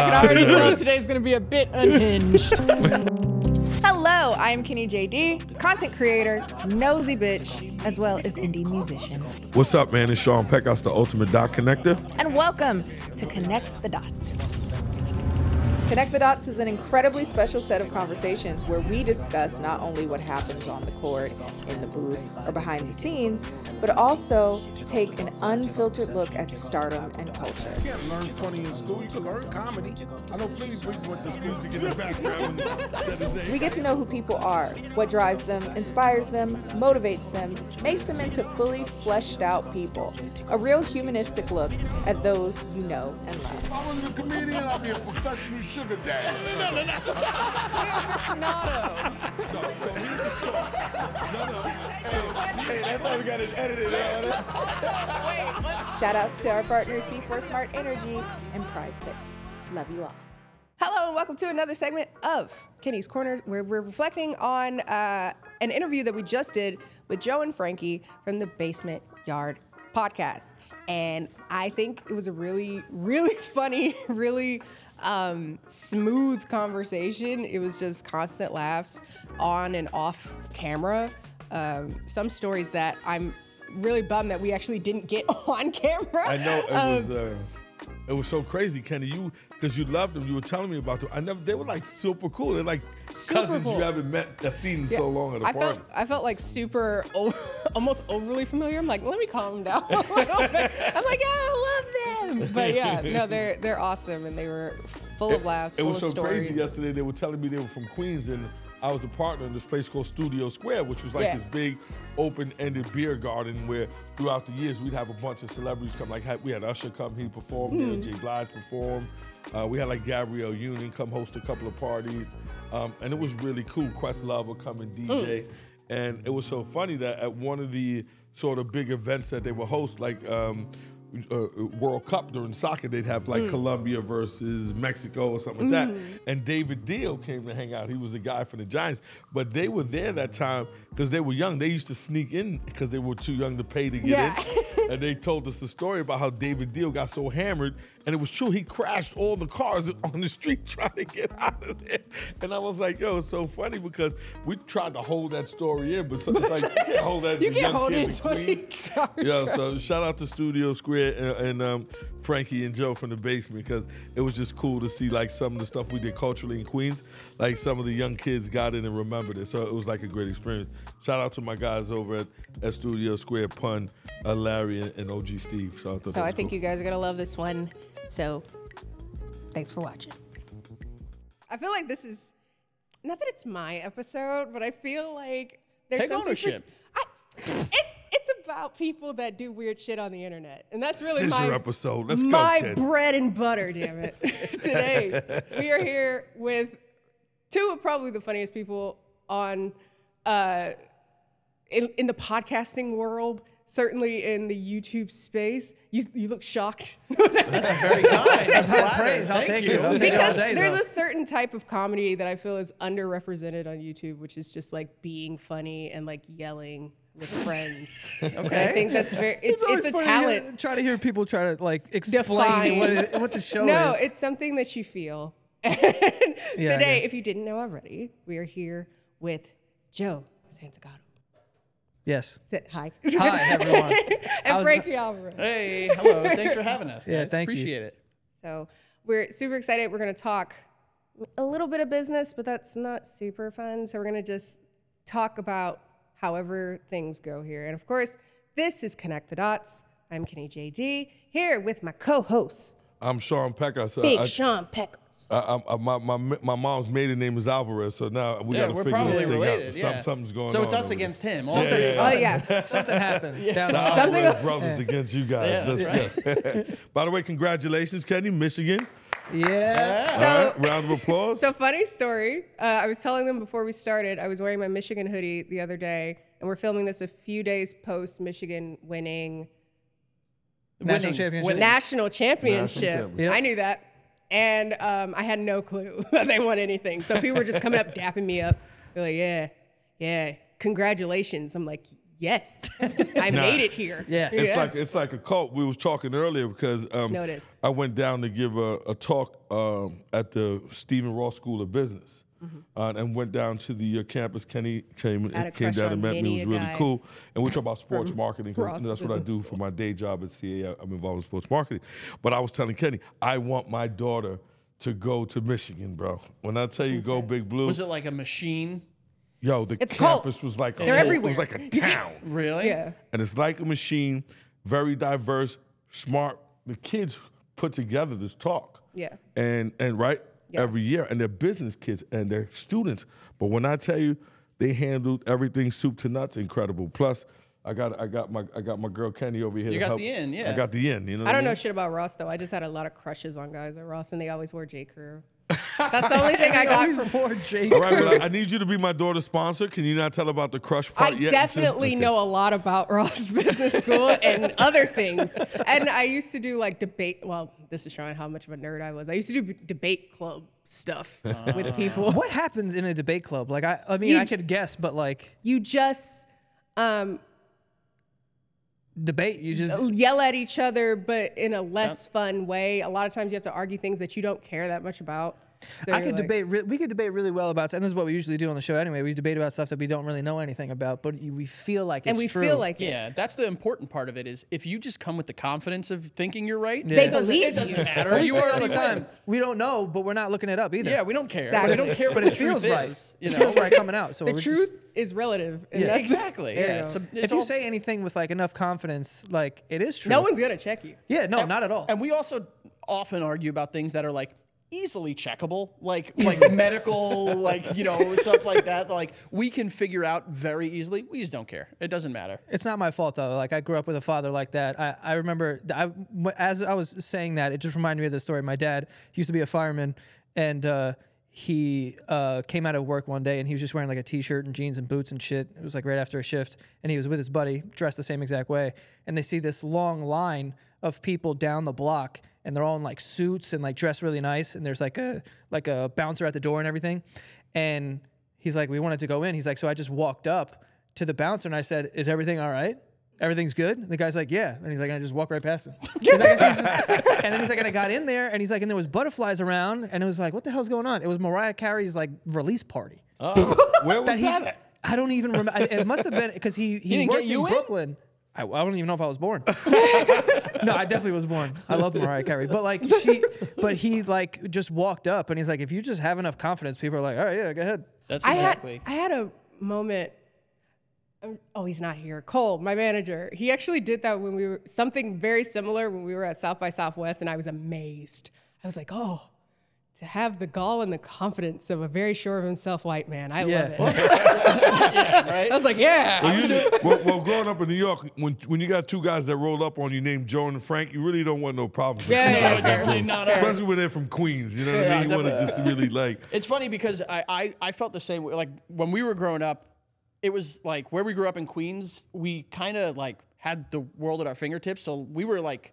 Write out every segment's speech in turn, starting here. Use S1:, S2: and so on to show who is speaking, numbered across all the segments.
S1: I can already tell today's gonna be a bit unhinged.
S2: Hello, I'm Kenny JD, content creator, nosy bitch, as well as indie musician.
S3: What's up, man? It's Sean Peckhouse, the Ultimate Dot Connector.
S2: And welcome to Connect the Dots. Connect the Dots is an incredibly special set of conversations where we discuss not only what happens on the court, in the booth, or behind the scenes, but also take an unfiltered look at stardom and culture.
S4: You can't learn funny in school. You can learn comedy. I know plenty of people went to school to get a background and said his name.
S2: We get to know who people are, what drives them, inspires them, motivates them, makes them into fully fleshed out people. A real humanistic look at those you know and love.
S4: If I wasn't a comedian, I'd be a professional sugar daddy.
S3: uh,
S2: Shout outs to our partners, C4 Smart Energy and Prize Picks. Love you all.
S5: Hello and welcome to another segment of Kenny's Corner, where we're reflecting on uh, an interview that we just did with Joe and Frankie from the Basement Yard podcast. And I think it was a really, really funny, really um, smooth conversation. It was just constant laughs on and off camera. Um, some stories that I'm really bummed that we actually didn't get on camera.
S3: I know it
S5: Um,
S3: was uh, it was so crazy, Kenny. You because you loved them. You were telling me about them. I never. They were like super cool. They're like cousins
S5: cool.
S3: you haven't met that seen in so long at a
S5: Um, I
S3: party.
S5: felt I felt like super o- almost overly familiar. I'm like, let me calm down. a little bit. I'm like, I love them. But yeah, no, they're they're awesome and they were full of laughs,
S3: It
S5: full
S3: was
S5: of
S3: so
S5: stories.
S3: crazy yesterday. They were telling me they were from Queens, and I was a partner in this place called Studio Square, which was like
S5: Yeah.
S3: this big open-ended beer garden where throughout the years we'd have a bunch of celebrities come. Like had- we had Usher come, he performed. Mary J. Blige performed. Uh, we had like Gabrielle Union come host a couple of parties, um, and it was really cool. Questlove would come and DJ, and it was so funny that at one of the sort of big events that they would host, like. Um, uh, World Cup during soccer, they'd have
S5: Mm.
S3: like Colombia versus Mexico or something like
S5: Mm-hmm.
S3: that. And David Deal came to hang out. He was the guy from the Giants, but they were there that time because they were young. They used to sneak in because they were too young to pay to get in. and they told us a story about how David Deal got so hammered, and it was true. He crashed all the cars on the street trying to get out of there. And I was like, yo, it's so funny because we tried to hold that story in, but so, it's like you can't hold that.
S5: You
S3: to
S5: can't
S3: young
S5: hold
S3: kids
S5: it in
S3: Queens.
S5: 20
S3: Yeah, so shout out to Studio Square and, and um, Frankie and Joe from the basement because it was just cool to see like some of the stuff we did culturally in Queens. Like some of the young kids got in and remembered it, so it was like a great experience. Shout out to my guys over at, at Studio Square, Pun, uh, Larry, and, and OG Steve. So I, thought
S5: So
S3: that
S5: I
S3: was
S5: think
S3: cool.
S5: you guys are gonna love this one. So thanks for watching.
S6: I feel like this is not that it's my episode, but I feel like there's
S7: Take
S6: something pret-
S7: ownership.
S6: I, it's it's about people that do weird shit on the internet, and that's really
S3: This is
S6: my
S3: your episode. Let's
S6: my
S3: go. Kid.
S6: bread and butter. Damn it! Today we are here with two of probably the funniest people on uh, in, in the podcasting world. Certainly in the YouTube space, you, you look shocked.
S7: Very kind. That's flattering.
S8: praise. I'll
S7: Thank
S8: take
S7: you.
S8: it. I'll take it all
S6: because
S8: day,
S6: there's
S8: though.
S6: a certain type of comedy that I feel is underrepresented on YouTube, which is just like being funny and like yelling with friends. okay, I think that's very it's it's,
S8: always
S6: a
S8: funny to hear-
S6: talent.
S8: try to hear people try to like
S6: Define.
S8: explain what, it, what the show
S6: no,
S8: is.
S6: it's something that you feel. And
S8: Yeah,
S6: today,
S8: yeah.
S6: if you didn't know already, we are here with Joe Santagato.
S8: yes.
S6: Sit- Hi.
S8: Hi everyone. I
S6: and
S8: was-
S6: Frankie Alvarez.
S7: Hey, hello. Thanks for having us.
S8: Yeah,
S7: guys.
S8: thank you.
S7: Appreciate it.
S6: So we're super excited. We're going to talk a little bit of business, but that's not super fun. So we're going to just talk about however things go here. And of course, this is Connect the Dots. I'm Kenny JD here with my co-host,
S3: I'm Sean Peckhouse.
S6: Big
S3: I, I,
S6: Sean Peckles.
S3: I, I, I, my, my my mom's maiden name is Alvarez, so now we
S7: Yeah,
S3: got to
S7: we're
S3: figure this
S7: probably
S3: thing
S7: related.
S3: out. Some-
S7: yeah.
S3: Something's going
S7: so
S3: on.
S7: So it's us
S3: over there.
S7: against him. All
S3: Yeah,
S7: things-
S3: yeah.
S6: Oh yeah,
S8: Something happened. Down the
S3: The
S8: hall.
S6: Something-
S3: Alvarez brothers against you guys. That's good. By the way, congratulations, Kenny, Michigan.
S8: Yeah.
S3: All
S6: So
S3: right, round of applause.
S6: So funny story. Uh, I was telling them before we started. I was wearing my Michigan hoodie the other day, and we're filming this a few days post Michigan winning
S8: National
S7: Winning.
S8: championship.
S7: Winning.
S6: national championship.
S3: championship.
S8: Yep.
S6: I knew that, and um, I had no clue that they won anything. So people were just coming up, dapping me up. They're like, "Yeah, yeah, congratulations." I'm like, yes, I made it here.
S8: Yes.
S3: It's like it's like a cult. We was talking earlier because um,
S6: No, it is.
S3: I went down to give a, a talk um, at the Stephen Ross School of Business, uh, and went down to the uh, campus. Kenny came
S6: Mm-hmm. Had a
S3: came
S6: crush
S3: down
S6: on
S3: and met me.
S6: many
S3: It
S6: a
S3: was really
S6: guy
S3: cool. And we talk about sports marketing
S6: Ross
S3: because that's what I
S6: Business
S3: do for my day job at CA. I- I'm involved in sports marketing. But I was telling Kenny, I want my daughter to go to Michigan, bro. When I tell you go Big Blue,
S7: Was it like a machine?
S3: yo, the
S2: It's a cult.
S3: campus was like a
S2: They're
S3: whole-
S2: everywhere.
S3: It was like a town
S7: Really? Yeah.
S3: and it's like a machine, very diverse, smart. The kids put together this talk.
S6: Yeah.
S3: And and right every year, and they're business kids and they're students. But when I tell you, they handled everything soup to nuts, incredible. Plus, I got I got my I got my girl Kenny over here. You to
S7: got
S3: help.
S7: the in,
S3: I
S7: yeah.
S3: got the in. You know.
S6: I
S8: Mm-hmm.
S6: don't know shit about Ross though. I just had a lot of crushes on guys at Ross, and they always wore J Crew. That's the only thing I got from
S8: Poor Jake.
S3: All right, well, I, I need you to be my daughter's sponsor. Can you not tell about the crush
S6: I
S3: part yet?
S6: definitely know a lot about Ross Business School and other things. And I used to do like debate. Well, this is showing how much of a nerd I was. I used to do b- debate club stuff with people.
S8: Ah. What happens in a debate club? Like I, I mean,
S6: You
S8: I
S6: j-
S8: could guess, but like
S6: You just um,
S8: debate, you just
S6: yell at each other, but in a less fun way. A lot of times you have to argue things that you don't care that much about. So
S8: I
S6: you're
S8: could
S6: like-
S8: debate. Re- we could debate really well about, and this is what we usually do on the show anyway. We debate about stuff that we don't really know anything about, but you- we feel like it's
S6: and we
S8: true.
S6: feel like it.
S7: that's the important part of it. Is if you just come with the confidence of thinking you're right,
S8: They
S7: it doesn't-
S6: believe
S7: It doesn't
S6: you.
S7: matter.
S8: you
S7: you
S8: are
S7: are
S8: all the
S7: already
S8: time.
S7: win.
S8: We don't know, but we're not looking it up either.
S7: Yeah, we don't care.
S6: Exactly.
S7: We don't care,
S8: but
S7: what
S8: it
S7: the truth
S8: feels right.
S7: is, You
S8: It
S7: know?
S8: feels right coming out. So
S6: The
S8: we're just-
S6: truth is relative. and that's-
S7: Exactly.
S6: There you
S7: Yeah.
S6: go.
S7: It's a, it's
S8: if you
S7: all-
S8: say anything with like enough confidence, like it is true.
S6: no one's gonna check you.
S8: Yeah, no, not at all.
S7: And we also often argue about things that are like easily checkable, like like medical, like you know stuff like that. Like we can figure out very easily. We just don't care. It doesn't matter.
S8: it's not my fault though. Like I grew up with a father like that. I, I remember th- I w as I was saying that, it just reminded me of the story. My dad used to be a fireman, and uh, he uh, came out of work one day, and he was just wearing like a t-shirt and jeans and boots and shit. It was like right after a shift, and he was with his buddy, dressed the same exact way. And they see this long line of people down the block, and they're all in like suits and like dressed really nice. And there's like a like a bouncer at the door and everything, and he's like, we wanted to go in. He's like, so I just walked up to the bouncer and I said, "Is everything all right? Everything's good?" And the guy's like, "Yeah," and he's like, and "I just walk right past him." He's like, "I just-" and then he's like, and I got in there, and he's like, and there was butterflies around, and it was like, what the hell's going on? It was Mariah Carey's like release party.
S3: Where was
S8: That he-
S3: that?
S8: I don't even remember. It must have been because he he
S7: didn't get
S8: worked in
S7: you in?
S8: Brooklyn. I, I don't even know if I was born. no, I definitely was born. I love Mariah Carey, but like she, but he like just walked up and he's like, if you just have enough confidence, people are like, all right, yeah, go ahead.
S7: That's
S6: I had,
S7: exactly.
S6: I had a moment. um, Oh, he's not here. Cole, my manager, he actually did that when we were something very similar when we were at South by Southwest, and I was amazed. I was like, oh, to have the gall and the confidence of a very sure of himself white man. I
S8: Yeah.
S6: love it. I was like, yeah.
S3: Well, you- well, well, growing up in New York, when when you got two guys that roll up on you named Joan and Frank, you really don't want no problems.
S6: Yeah, yeah,
S3: No,
S6: yeah, fair.
S7: definitely not.
S3: Especially when they're from Queens, you know what I
S7: Yeah,
S3: mean? You want to
S7: definitely.
S3: just really like.
S7: It's funny because I, I I felt the same way. Like when we were growing up, it was like where we grew up in Queens. We kind of like had the world at our fingertips. So we were like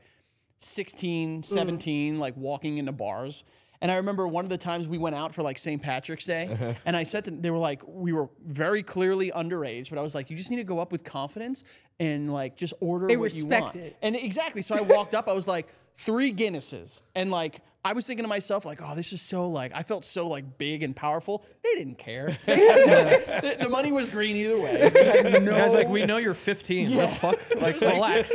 S6: Mm.
S7: 16, 17, like walking into bars. And I remember one of the times we went out for like St. Patrick's
S6: Uh-huh.
S7: Day, and I said to they were like we were very clearly underage, but I was like, you just need to go up with confidence and like just order
S6: They
S7: what
S6: respect
S7: you want.
S6: it.
S7: And exactly. So I walked up, I was like, three Guinnesses. And like, I was thinking to myself, like, oh, this is so like, I felt so like big and powerful. They didn't care. They had no- the, the money was green either way. They had no-
S8: Guys, like we know you're 15. What the fuck? Like relax.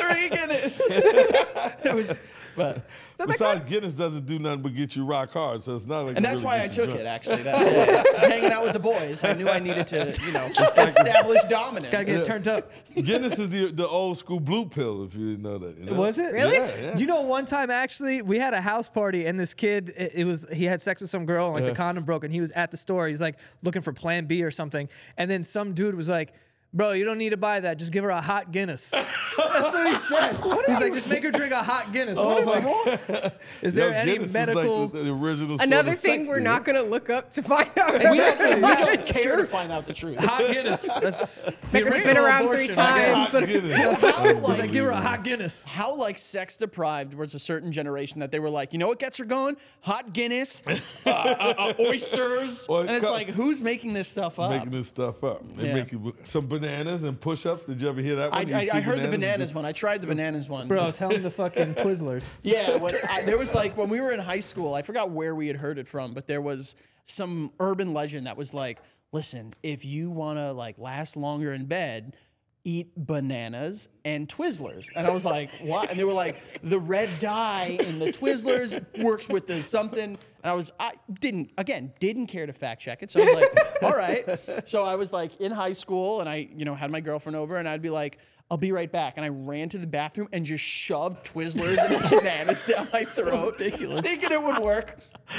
S7: three Guinness. it was, but,
S3: Besides, Guinness doesn't do nothing but get you rock hard, so it's not like.
S7: and
S3: it
S7: that's
S3: really
S7: why I
S3: gets you
S7: took it.
S3: drunk.
S7: Actually, that's why. hanging out with the boys. I knew I needed to, you know, establish dominance.
S8: Gotta get turned up.
S3: Guinness is the, the old school blue pill, if you didn't know that. you know?
S8: Was it
S3: Really? Yeah, yeah.
S8: Do you know one time actually we had a house party and this kid it, it was he had sex with some girl and like the condom broke and he was at the store he's like looking for Plan B or something and then some dude was like. Bro, you don't need to buy that. Just give her a hot Guinness. That's what he said. He's like, just make her drink a hot Guinness. What is wrong? Is there
S3: Yo,
S8: any
S3: Guinness is like
S8: medical?
S3: the, the original sort
S6: Another
S3: of
S6: thing
S3: sex
S6: we're
S3: food.
S6: not gonna look up to find out.
S7: We, don't- we don't
S6: Sure.
S7: care to find out the truth.
S8: Hot Guinness. That's the
S6: Make her spin
S8: original
S6: around three
S8: abortion, I
S6: times.
S8: guess.
S3: Hot Guinness.
S7: How,
S8: He's like,
S7: like,
S8: give her a hot Guinness.
S7: how like sex deprived was a certain generation that they were like, you know what gets her going? Hot Guinness, uh, uh, uh, oysters,
S3: Well,
S7: and it's
S3: co-
S7: like, who's making this stuff up?
S3: Making this stuff up. They
S7: Yeah.
S3: make it, some bananas and push-ups? Did you ever hear that
S7: I,
S3: one? You
S7: I,
S3: chew
S7: I heard the bananas
S3: and-
S7: one. I tried the bananas one.
S8: Bro, tell him the fucking Twizzlers.
S7: Yeah, when I, there was like when we were in high school, I forgot where we had heard it from, but there was some urban legend that was like, listen, if you want to like last longer in bed, eat bananas and Twizzlers. And I was like, what? And they were like, the red dye in the Twizzlers works with the something. And I was, I didn't, again, didn't care to fact check it. So I was like, all right. So I was like in high school and I, you know, had my girlfriend over and I'd be like, I'll be right back. And I ran to the bathroom and just shoved Twizzlers and bananas down my throat. ridiculous. Thinking it would work.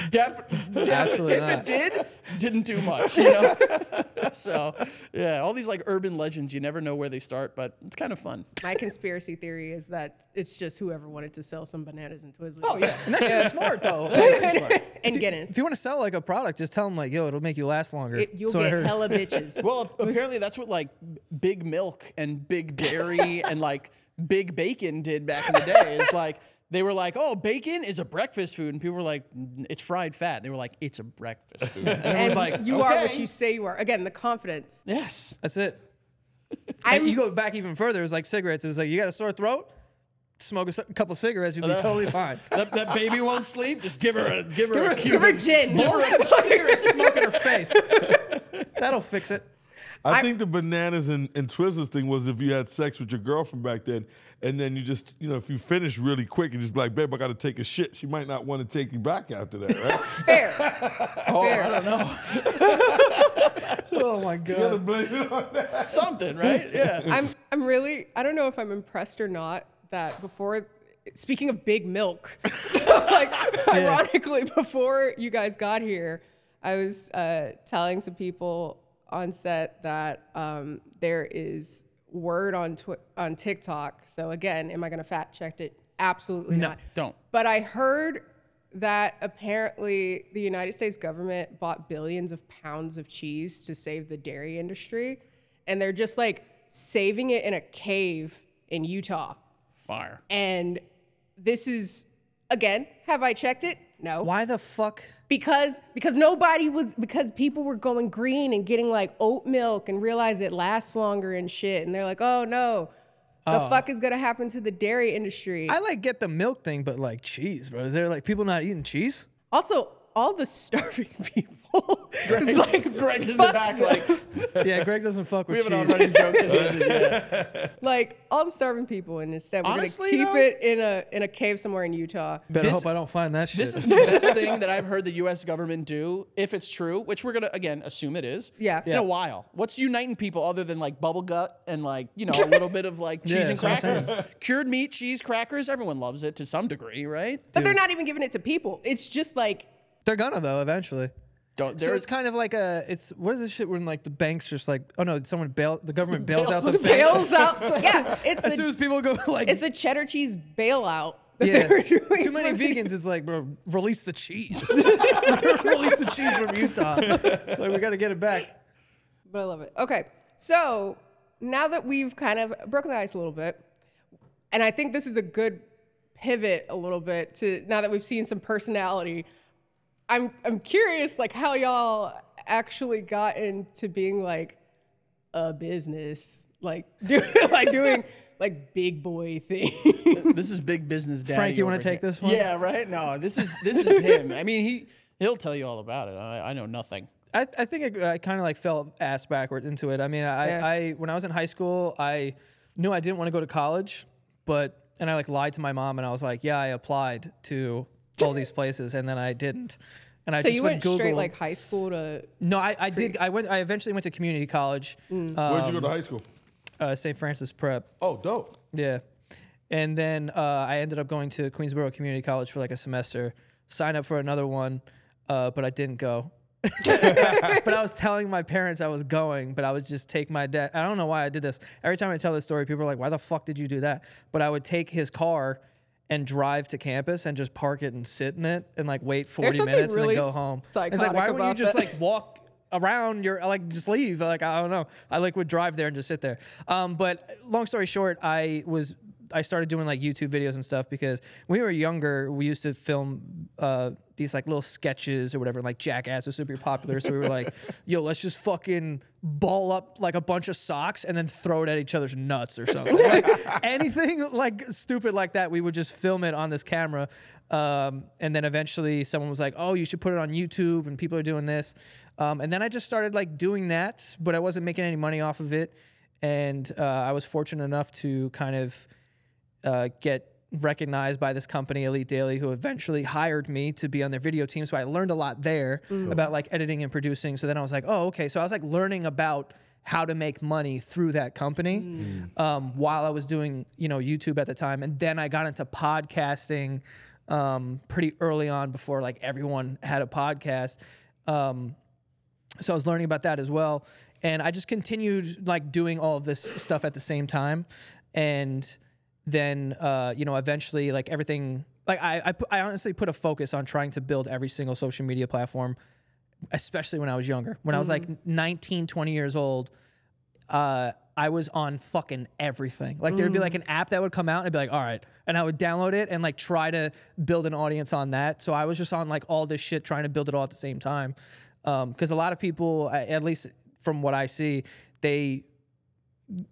S7: Def- def-
S8: Absolutely
S7: if
S8: not.
S7: it did, didn't do much. You know? so, yeah, all these like urban legends, you never know where they start, but it's kind of fun.
S6: My conspiracy theory is that it's just whoever wanted to sell some bananas and Twizzlers.
S7: Oh, yeah.
S8: And that shit's smart though.
S6: and Guinness.
S8: If you want to sell like a product, just tell them like, yo, it'll make you last longer.
S6: It- you'll
S8: So I
S6: get
S8: heard.
S6: hella bitches.
S7: Well, apparently that's what like big milk and big dairy and like big bacon did back in the day. Is like they were like, oh, bacon is a breakfast food, and people were like, "Mm, it's fried fat. They were like, it's a breakfast food, and it was
S6: and
S7: like,
S6: you are what
S7: "Okay."
S6: you say you are. Again, the confidence.
S7: Yes.
S8: That's it.
S6: I
S8: And you go back even further. It was like cigarettes. It was like you got a sore throat, smoke a c- couple cigarettes, you'll be totally fine.
S7: That, that baby won't sleep. Just give her a give her a
S6: give her
S7: Cuban.
S6: gin.
S8: Cigarette smoke in her face. That'll fix it.
S3: I, think the bananas and, and Twizzlers thing was if you had sex with your girlfriend back then, and then you just, you know, if you finish really quick and just be like, babe, I got to take a shit, she might not want to take you back after that, right?
S6: Fair.
S7: I don't know
S8: Oh my god.
S7: something, right? Yeah.
S6: I'm I'm really I don't know if I'm impressed or not that before speaking of big milk, like ironically before you guys got here, I was uh, telling some people on set that um, there is word on twi- on TikTok. So again, am I going to fact check it? Absolutely
S8: No,
S6: not.
S7: don't.
S6: But I heard that apparently the United States government bought billions of pounds of cheese to save the dairy industry, and they're just like saving it in a cave in Utah.
S7: Fire.
S6: And this is again, have I checked it? No.
S8: Why the fuck?
S6: Because because nobody was because people were going green and getting like oat milk and realize it lasts longer and shit and they're like, "Oh no. The fuck is going to happen to the dairy industry?"
S8: Oh. I like get the milk thing, but like cheese, bro. Is there like people not eating cheese?
S6: Also, all the starving people. it's like
S7: Greg is in the
S6: fuck
S7: back like
S8: Yeah, Greg doesn't fuck
S7: we
S8: with
S7: have an
S8: cheese.
S7: already joke. that he- yeah.
S6: like all the starving people and instead we're
S7: Honestly,
S6: gonna keep
S7: though-
S6: it in a in a cave somewhere in Utah.
S8: Better
S7: This-
S8: hope I don't find that shit.
S7: This is the best thing that I've heard the U.S. government do, if it's true, which we're gonna again assume it is.
S6: Yeah.
S7: In a while, what's uniting people other than like bubble gut and like you know a little bit of like cheese
S8: Yeah,
S7: and
S8: that's what I'm
S7: crackers, cured meat, cheese, crackers. Everyone loves it to some degree, right?
S6: But they're not even giving it to people. It's just like
S8: They're gonna though eventually.
S7: Don't.
S8: So
S7: there-
S8: it's kind of like a it's what is this shit when like the banks just like oh no someone bail the government bails, out the bank.
S6: bails out. Yeah, it's
S8: as soon
S6: a,
S8: as people go like
S6: it's a cheddar cheese bailout. That
S8: yeah,
S6: they're doing
S8: too many
S6: for the-
S8: vegans it's like bro release the cheese release the cheese from Utah like we got to get it back
S6: But I love it. Okay, so now that we've kind of broken the ice a little bit, and I think this is a good pivot a little bit to now that we've seen some personality. I'm I'm curious like how y'all actually got into being like a business, like do, like doing like big boy thing.
S7: This is big business, daddy.
S8: Frank, you wanna
S7: over
S8: take
S7: here.
S8: this one?
S7: Yeah, right. No, this is this is him. I mean, he he'll tell you all about it. I, I know nothing.
S8: I, I think I, I kind of like fell ass backwards into it. I mean, I, I when I was in high school, I knew I didn't want to go to college, but and I like lied to my mom and I was like, yeah, I applied to all these places and then I didn't. And I
S6: so
S8: just
S6: you
S8: would
S6: went
S8: Google.
S6: straight like high school to
S8: no, I, I did. I went. I eventually went to community college,
S6: Mm.
S3: Where'd you go to high school?
S8: uh, St. Francis Prep.
S3: Oh, dope.
S8: Yeah. And then uh, I ended up going to Queensboro Community College for like a semester, sign up for another one, uh, but I didn't go. but I was telling my parents I was going, but I would just take my dad. I don't know why I did this. Every time I tell this story, people are like, why the fuck did you do that? But I would take his car and drive to campus and just park it and sit in it and like wait 40
S6: something
S8: minutes
S6: really
S8: and then go home.
S6: psychotic
S8: it's like, why wouldn't you
S6: about
S8: just
S6: that.
S8: like walk around your like just leave like i don't know i like would drive there and just sit there um but long story short i was i started doing like youtube videos and stuff because when we were younger we used to film uh these like little sketches or whatever. And, like Jackass was super popular, so we were like, "Yo, let's just fucking ball up like a bunch of socks and then throw it at each other's nuts or something." Like, anything like stupid like that, we would just film it on this camera. Um, and then eventually, someone was like, "Oh, you should put it on YouTube," and people are doing this. Um, and then I just started like doing that, but I wasn't making any money off of it. And uh, I was fortunate enough to kind of uh, get recognized by this company, Elite Daily, who eventually hired me to be on their video team. So I learned a lot there about like editing and producing. So then I was like, oh, okay. So I was like learning about how to make money through that company um, while I was doing, you know, YouTube at the time. And then I got into podcasting um, pretty early on before like everyone had a podcast. Um, so I was learning about that as well. And I just continued like doing all of this stuff at the same time. And then, uh, you know, eventually like everything, like I, I, pu- I honestly put a focus on trying to build every single social media platform, especially when I was younger, when I was like 19, 20 years old, uh, I was on fucking everything. Like there'd be like an app that would come out and I'd be like, all right. And I would download it and like try to build an audience on that. So I was just on like all this shit trying to build it all at the same time. Because a lot of people, a- at least from what I see, they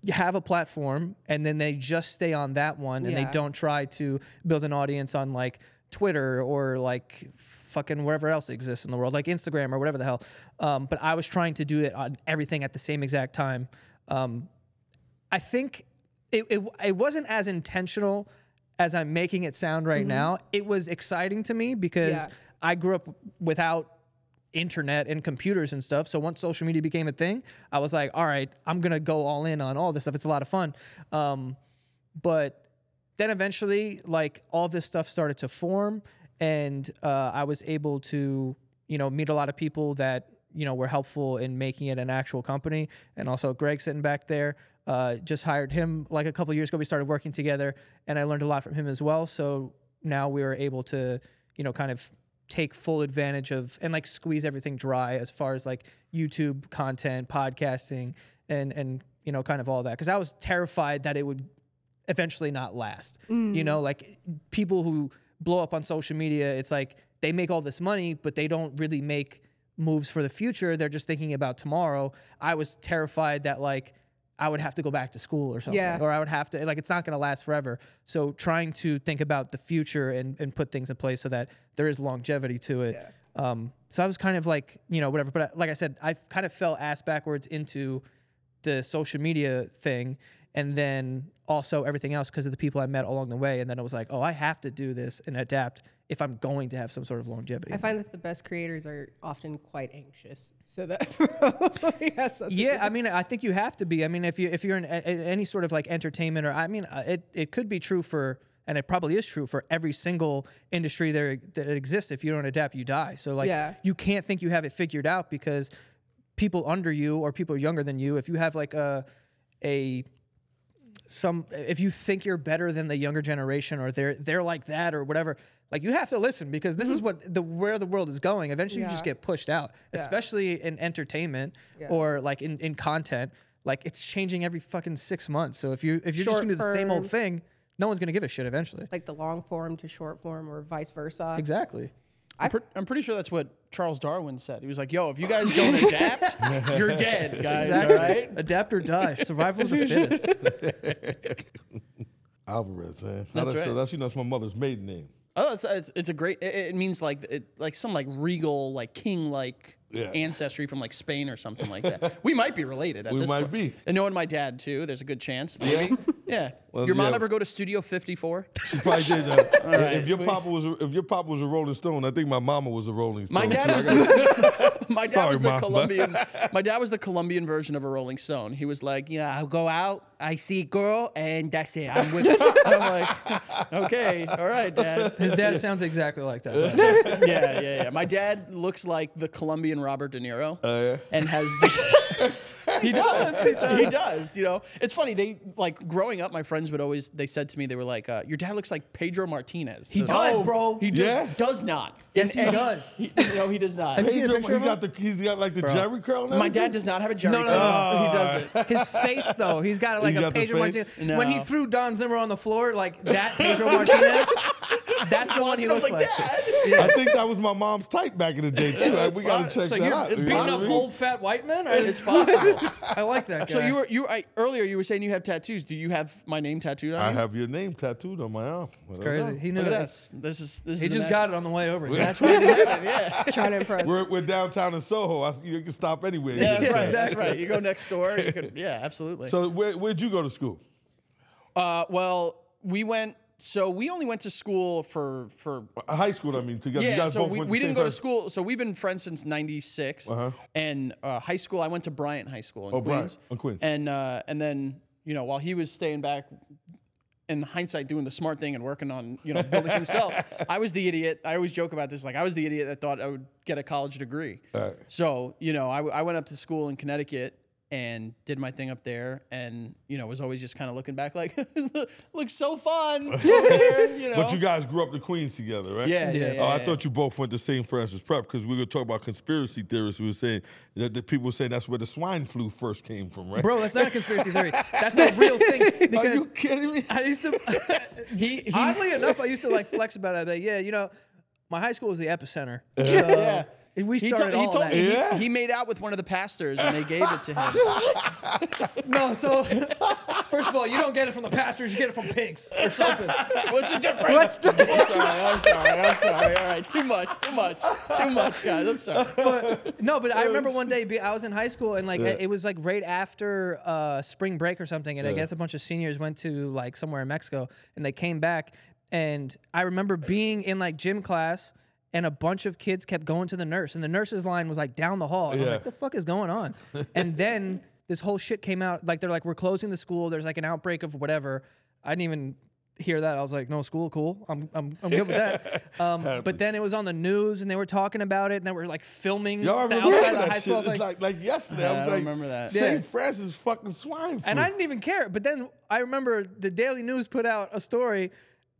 S8: have a platform and then they just stay on that one and they don't try to build an audience on like Twitter or like fucking wherever else exists in the world, like Instagram or whatever the hell. Um, but I was trying to do it on everything at the same exact time. Um, I think it, it it wasn't as intentional as I'm making it sound right now. It was exciting to me because I grew up without internet and computers and stuff. So once social media became a thing, I was like, all right, I'm gonna go all in on all this stuff. It's a lot of fun. Um, but then eventually, like all this stuff started to form, and uh, I was able to, you know, meet a lot of people that you know were helpful in making it an actual company. And also, Greg sitting back there, uh, just hired him like a couple years ago. We started working together, and I learned a lot from him as well. So now we were able to, you know, kind of take full advantage of and like squeeze everything dry as far as like YouTube content, podcasting, and and you know, kind of all that. Because I was terrified that it would eventually not last. You know, like people who blow up on social media, it's like they make all this money, but they don't really make moves for the future. They're just thinking about tomorrow. I was terrified that like I would have to go back to school or something,
S5: Yeah.
S8: or I would have to like it's not going to last forever. So trying to think about the future and and put things in place so that there is longevity to it. Um, so I was kind of like you know whatever, but uh, like I said, I kind of fell ass backwards into the social media thing and then also everything else because of the people I met along the way. And then I was like, oh, I have to do this and adapt if I'm going to have some sort of longevity.
S6: I find that the best creators are often quite anxious. So that probably has something.
S8: yeah, I mean, I think you have to be. I mean, if you if you're in a, a- any sort of like entertainment or I mean, uh, it it could be true for and it probably is true for every single industry there that exists. If you don't adapt, you die. So like,
S5: Yeah.
S8: you can't think you have it figured out because people under you or people younger than you, if you have like a a some if you think you're better than the younger generation or they're they're like that or whatever like you have to listen because this is what the where the world is going eventually you just get pushed out especially in entertainment or like in, in content like it's changing every fucking six months so if you if you're just gonna do the same old
S6: Short-term.
S8: thing no one's gonna give a shit eventually
S6: Like uh, the long form to short form or vice versa.
S8: exactly
S7: I'm, pre- I'm pretty sure that's what Charles Darwin said. He was like, "Yo, if you guys don't adapt, you're dead, guys. All right."
S8: adapt or die survival of the fittest
S3: Alvarez, man.
S7: That's
S3: that's,
S7: right.
S3: that's you know, it's my mother's maiden name.
S7: Oh, it's it's, it's a great. It, it means like it, like some like regal, like king, like
S3: Yeah.
S7: ancestry from like Spain or something like that. we might be related. At
S3: We
S7: this
S3: might
S7: point.
S3: be.
S7: And knowing my dad too, there's a good chance. Maybe. yeah.
S3: Well,
S7: Your mom
S3: yeah.
S7: ever go to Studio 54?
S3: She probably did that.
S7: right,
S3: if your
S7: we-
S3: papa was a, if your papa was a Rolling Stone, I think my mama was a Rolling Stone.
S7: My dad
S3: too.
S7: was the, my dad
S3: Sorry,
S7: was the
S3: Mom, but-
S7: Colombian. My dad was the Colombian version of a Rolling Stone. He was like, "Yeah, I'll go out, I see a girl, and that's it. I'm with." her." and I'm like, "Okay, all right, Dad."
S8: his dad sounds exactly like that by the way.
S7: yeah, yeah, yeah. My dad looks like the Colombian Robert De Niro, and has he does. he does. You know, it's funny. They like growing up. My friends would always. They said to me, they were like, uh, "Your dad looks like Pedro Martinez."
S8: He does, bro.
S7: He just
S3: Yeah.
S7: does not.
S8: Yes, he
S7: And-
S8: does.
S7: He, no, he does not.
S8: Have you seen a
S3: Pedro,
S8: picture
S3: he's
S8: of him?
S3: got the he's got like the Jerry curl. and
S7: My dad
S3: everything?
S7: does not have a Jerry.
S8: No, no,
S7: curl.
S8: no, he doesn't. His face, though, he's got like
S3: You
S8: a
S3: got the
S8: Pedro
S3: face?
S8: Martinez. When he
S7: No.
S8: threw Don Zimmer on the floor, like that Pedro Martinez, that's the one he
S7: Watching, I was
S8: looks
S7: like,
S8: like.
S7: "Dad!"
S3: I think that was my mom's type back in the day too. Like, we got to check
S8: So
S3: that
S8: you're
S3: out.
S8: it's
S3: you know
S8: beating
S3: what I
S8: up
S3: mean?
S8: old fat white men. I- It's possible. I like that guy.
S7: So you were you I, earlier you were saying you have tattoos. Do you have my name tattooed on?
S3: I
S7: you?
S3: have your name tattooed on my arm. It's
S8: crazy. He knew
S7: Look at
S8: that.
S7: us. This is this
S8: He
S7: is
S8: just got it on the way over. here.
S7: That's why we have it. Yeah,
S5: Trying to impress.
S3: We're, we're downtown in Soho. I, you can stop anywhere.
S7: yeah, that's right.
S8: exactly.
S7: That's right. You go next door. You could, yeah, absolutely.
S3: So where, where'd you go to school?
S7: Uh, well, we went. So we only went to school for for
S3: Uh, High school, I mean, together. you
S7: yeah.
S3: guys
S7: So
S3: both
S7: we,
S3: went
S7: we
S3: the
S7: didn't
S3: same
S7: go to
S3: time?
S7: school. So we've been friends since '96.
S3: Uh-huh.
S7: And uh, high school, I went to Bryant High School in
S3: Oh, Bryant,
S7: Queens.
S3: in Queens.
S7: And uh, and then you know while he was staying back. In hindsight, doing the smart thing and working on you know building himself, I was the idiot. I always joke about this. Like I was the idiot that thought I would get a college degree.
S3: Right.
S7: So you know, I, w- I went up to school in Connecticut and did my thing up there, and you know, was always just kind of looking back, like, looks so fun. up there," you know?
S3: But you guys grew up in Queens together, right?
S7: Yeah, yeah, yeah,
S3: oh, I
S7: yeah.
S3: thought you both went to St. Francis Prep because we were talking about conspiracy theorists. We were saying that the people were saying that's where the swine flu first came from, right?
S8: Bro, that's not a conspiracy theory. That's a real thing.
S3: Are
S8: Because
S3: you kidding me?
S8: I used to. he, oddly enough, I used to like flex about that. Like, yeah, you know, my high school was the epicenter. So yeah. We
S7: He,
S8: started
S7: to- he
S8: all
S7: told
S8: that.
S7: me he-
S3: Yeah.
S7: he made out with one of the pastors, and they gave it to him.
S8: No, so first of all, you don't get it from the pastors; you get it from pigs or something.
S7: What's the difference? I'm sorry, I'm sorry, I'm sorry. All right, too much, too much, too much, guys. I'm sorry.
S8: No, but I remember one day be- I was in high school and like it was like right after uh, spring break or something, and I guess a bunch of seniors went to like somewhere in Mexico and they came back, and I remember being in like gym class. And a bunch of kids kept going to the nurse, and the nurse's line was like down the hall. And I'm
S3: Yeah.
S8: like, the fuck is going on? and then this whole shit came out. Like they're like, we're closing the school. There's like an outbreak of whatever. I didn't even hear that. I was like, no school, cool. I'm I'm, I'm good with that. Um, but then it was on the news, and they were talking about it, and they were like filming
S3: Y'all
S8: the
S3: remember
S8: outside of
S3: that
S8: the high
S3: shit?
S8: school. I was
S3: it's
S8: like,
S3: like, like, yesterday. I
S7: Yeah,
S3: was
S7: I don't
S3: like,
S7: remember that.
S3: St.
S8: Yeah.
S3: Francis fucking swine flu.
S8: and I didn't even care. But then I remember the Daily News put out a story.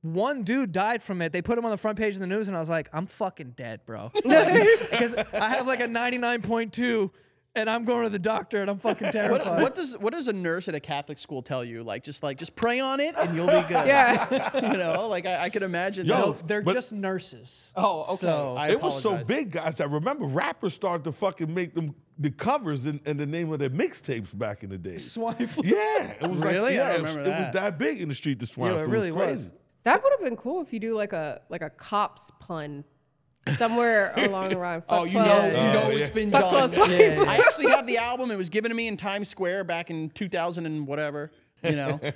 S8: One dude died from it. They put him on the front page of the news, and I was like, I'm fucking dead, bro. Because I have like a 99.2, and I'm going to the doctor, and I'm fucking terrified.
S7: What, what does what does a nurse at a Catholic school tell you? Like just like just pray on it and you'll be good.
S5: Yeah.
S7: you know, like I, I could imagine.
S3: Yo,
S7: that.
S8: No, they're
S3: but-
S8: just nurses.
S7: Oh, okay.
S8: So,
S7: I-
S3: it was so
S7: apologize.
S3: big, guys. I remember rappers started to fucking make them the covers and, and the name of their mixtapes back in the day.
S8: swine flu.
S3: Yeah, it was like
S7: Really? I
S3: yeah,
S7: don't
S3: it was,
S7: remember
S3: it was
S7: that.
S3: that big in the street. The swine
S8: Yo,
S3: flu
S8: it really
S3: was.
S8: was.
S3: Crazy.
S5: That would have been cool if you do like a like a cops pun somewhere along around.
S7: Oh,
S5: Fuck
S7: you know,
S5: 12.
S7: you know
S3: Oh,
S7: it's
S3: yeah.
S7: been
S5: Fuck
S7: done.
S5: 12 swine Yeah, flu.
S7: I actually have the album. It was given to me in Times Square back in 2000 and whatever. You know,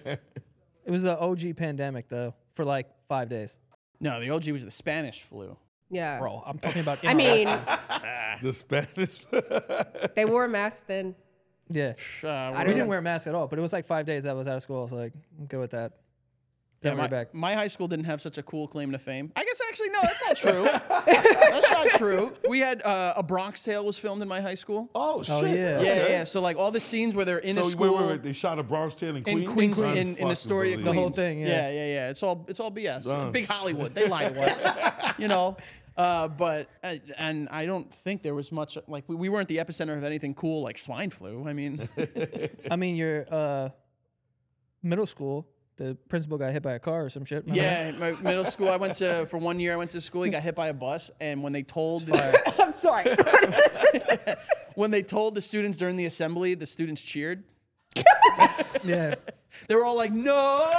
S8: It was the OG pandemic, though, for like five days.
S7: no, the OG was the Spanish flu.
S5: Yeah.
S8: Bro, I'm talking about.
S5: I mean,
S3: The Spanish.
S7: Oh,
S5: they wore masks then.
S8: yeah.
S7: Uh,
S8: We didn't wear masks at all, but it was like five days that I was out of school. So, like, I'm good with that.
S7: yeah,
S8: Then we
S7: my,
S8: were back.
S7: my high school didn't have such a cool claim to fame. I guess actually no, that's not true. that's not true. We had uh, a Bronx Tale was filmed in my high school.
S3: oh shit!
S8: yeah.
S7: Yeah,
S3: okay.
S7: yeah. So like all the scenes where they're in
S3: So
S7: a
S3: wait,
S7: school.
S3: wait, wait. They shot a Bronx Tale in Queens.
S7: in Queens, in, in,
S3: Unfucking
S7: Astoria, Queens.
S3: believable.
S8: The whole thing, yeah.
S7: yeah, yeah, yeah. It's all it's all BS.
S3: Done.
S7: Big Hollywood, they lie to us, you know. Uh, but uh, and I don't think there was much like we, we weren't the epicenter of anything cool like swine flu. I mean,
S8: I mean, your uh, middle school, the principal got hit by a car or some shit. remember?
S7: yeah, my middle school. I went to for one year. I went to school. He got hit by a bus, and when they told
S5: I'm sorry.
S7: when they told the students during the assembly, the students cheered.
S8: yeah.
S7: They were all like, "No!"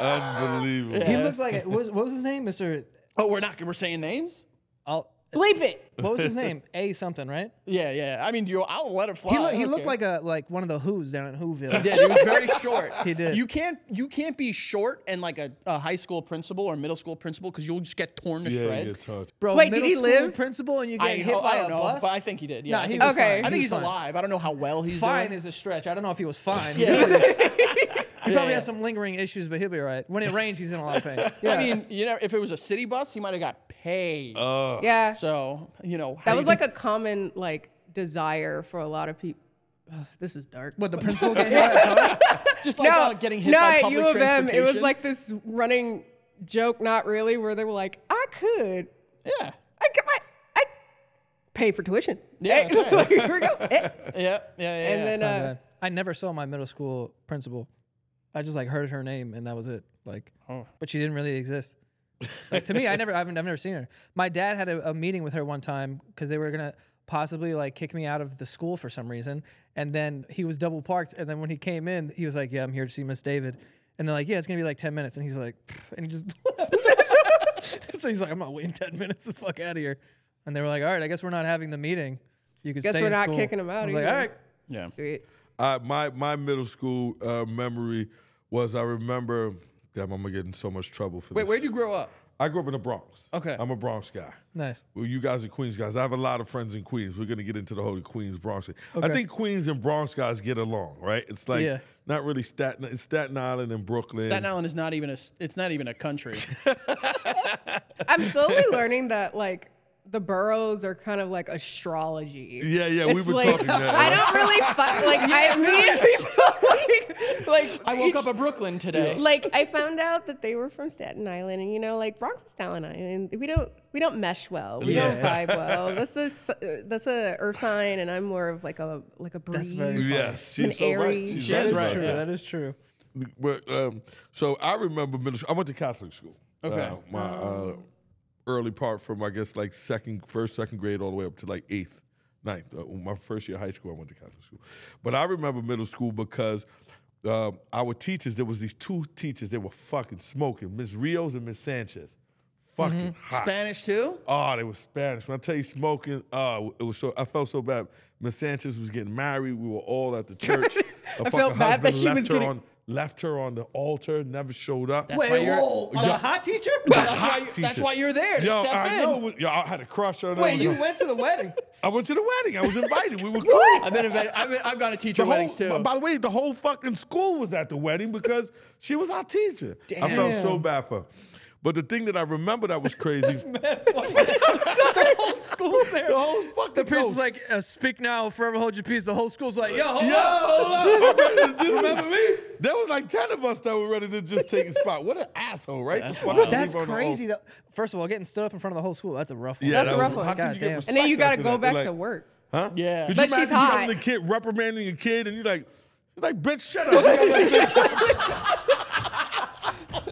S7: Uh,
S3: Unbelievable.
S8: He looked like a, what, was, what was his name, Mister?
S7: Oh, we're not. We're saying names.
S8: I'll,
S5: Bleep it.
S8: what was his name? A something, right? Oh,
S7: Yeah, yeah. I mean, you. I'll let it fly.
S8: He, look,
S7: I
S8: he
S7: don't
S8: looked
S7: care.
S8: like a like one of the Who's down in Whoville.
S7: did. He was very short.
S8: He did.
S7: You can't you can't be short and like a, a high school principal or middle school principal because you'll just get torn to
S3: Yeah, yeah,
S7: shreds.
S3: touch.
S8: Bro,
S5: Wait, did
S8: middle
S5: he
S8: school
S5: live?
S8: Principal, and you get
S7: I,
S8: hit
S7: ho-
S8: by
S7: I
S8: a
S7: don't know,
S8: bus.
S7: but I think he did. Yeah,
S8: Nah,
S7: I
S8: he
S7: think,
S8: was
S5: Okay.
S8: fine.
S7: I
S8: He
S7: think
S8: was
S7: he's
S8: fine.
S7: alive. I don't know how well he's
S8: Fine
S7: doing.
S8: is a stretch. I don't know if he was fine. He
S7: Yeah.
S8: probably- he probably
S7: yeah.
S8: has some lingering issues, but he'll be all right. When it rains, he's in a lot of pain.
S7: I mean, you know, if it was a city bus, he might have got paid.
S5: Yeah.
S7: so you know how
S5: that
S7: you
S5: was like
S7: can-
S5: a common like desire for a lot of people.
S6: Ugh, this is dark.
S8: What the principal getting hit by a car? Just like uh, getting hit
S6: no,
S7: by
S6: at
S7: public
S6: U of M, it was
S7: transportation?
S6: like this running joke, not really, where they were like, I could,
S7: Yeah.
S6: I could, I, I pay for tuition.
S7: Yeah, that's right.
S6: Like, here we go. Eh.
S7: Yeah, yeah, yeah.
S6: And
S7: yeah.
S6: then,
S8: Not
S6: uh,
S8: bad. I never saw my middle school principal. I just like heard her name and that was it. Like, but she didn't really exist. Like to me, I never, I've, I've never seen her. My dad had a, a meeting with her one time because they were gonna possibly like kick me out of the school for some reason. And then he was double parked. And then when he came in, he was like, "Yeah, I'm here to see Miss David." And they're like, "Yeah, it's gonna be like ten minutes." And he's like, "Pff," and he just. left. so he's like, "I'm not waiting ten minutes. The fuck out of here." And they were like, "All right, I guess we're not having the meeting. You could
S6: Guess
S8: stay
S6: we're
S8: in
S6: not
S8: school."
S6: kicking him out
S8: I was like,
S6: either.
S8: "All right."
S7: yeah.
S6: Sweet.
S3: I, my my middle school uh, memory was I remember. Damn, I'm gonna get in so much trouble for
S7: Wait,
S3: this.
S7: where'd you grow up?
S3: I grew up in the Bronx.
S7: Okay.
S3: I'm a Bronx guy.
S8: Nice.
S3: Well, you guys are Queens guys. I have a lot of friends in Queens. We're gonna get into the whole Queens Bronx. thing. I think Queens and Bronx guys get along, right? It's like
S8: Yeah.
S3: not really Staten. It's Staten Island and Brooklyn.
S7: Staten Island is not even a. s- It's not even a country.
S6: I'm slowly learning that like the boroughs are kind of like astrology.
S3: Yeah, yeah, we
S6: It's
S3: were
S6: like-
S3: talking that. right?
S6: I don't really fu- like. I immediately felt like like
S7: I woke
S6: each-
S7: up in Brooklyn today.
S6: Like I found out that they were from Staten Island, and you know, like Bronx is Staten Island. We don't we don't mesh well. We don't vibe well. This is uh, that's a earth sign, and I'm more of like a like a breeze.
S8: very funny.
S3: Yes, she's
S6: an
S3: so right.
S6: Aries.
S3: She's
S7: She
S3: right
S7: is
S3: about
S7: right.
S3: that.
S8: True. That is true.
S3: But um, so I remember middle school. I went to Catholic school.
S7: Okay. Oh.
S3: Uh, my uh, early part from I guess like second, first, second grade all the way up to like eighth, ninth. Uh, my first year of high school, I went to Catholic school. But I remember middle school because um, our teachers. There was these two teachers. They were fucking smoking. Miss Rios and Miss Sanchez. Fucking hot.
S7: Mm-hmm. Spanish too.
S3: Oh, they were Spanish. When I tell you smoking, oh, it was so. I felt so bad. Miss Sanchez was getting married. We were all at the church. I
S6: felt bad that she was
S3: her
S6: getting-
S3: on, left her on the altar. Never showed up.
S7: That's why you're.
S8: a hot teacher?
S7: That's why, you, that's
S3: teacher.
S7: why you're there to
S3: Yo,
S7: step
S3: I
S7: in.
S3: know. Yo, I had a crush on her.
S8: Wait, you went to the wedding?
S3: I went to the wedding. I was invited. we were
S7: I've been. invited- I've been. I've gone to teacher
S3: The whole-
S7: weddings too.
S3: By the way, the whole fucking school was at the wedding because she was our teacher. I felt so bad for her. But the thing that I remember that was crazy,
S8: the whole school's there.
S3: the whole fucking
S8: The priest is
S3: no,
S8: like, uh, "Speak now, forever hold your peace." The whole school's like, "Yo, hold
S3: Yo,
S8: up."
S3: hold up, I'm ready to do this.
S8: Remember me?
S3: There was like ten of us that were ready to just take a spot. What an asshole, right? The fuck you
S8: That's
S3: leave on the
S8: crazy.
S3: altar.
S8: Though. First of all, getting stood up in front of the whole school—that's a rough one.
S3: Yeah,
S6: That's
S3: that
S6: a
S3: was-
S6: rough one.
S3: How could you
S8: Goddamn.
S3: get
S6: and then you
S3: respect
S6: got to
S3: after
S6: go
S3: that?
S6: back
S3: Like,
S6: to work.
S3: Huh?
S7: Yeah.
S3: Could you
S6: But
S3: imagine
S6: she's
S3: telling
S6: hot.
S3: the kid reprimanding your kid and you're like, you're like, bitch, shut up. You got like this-
S8: Wait,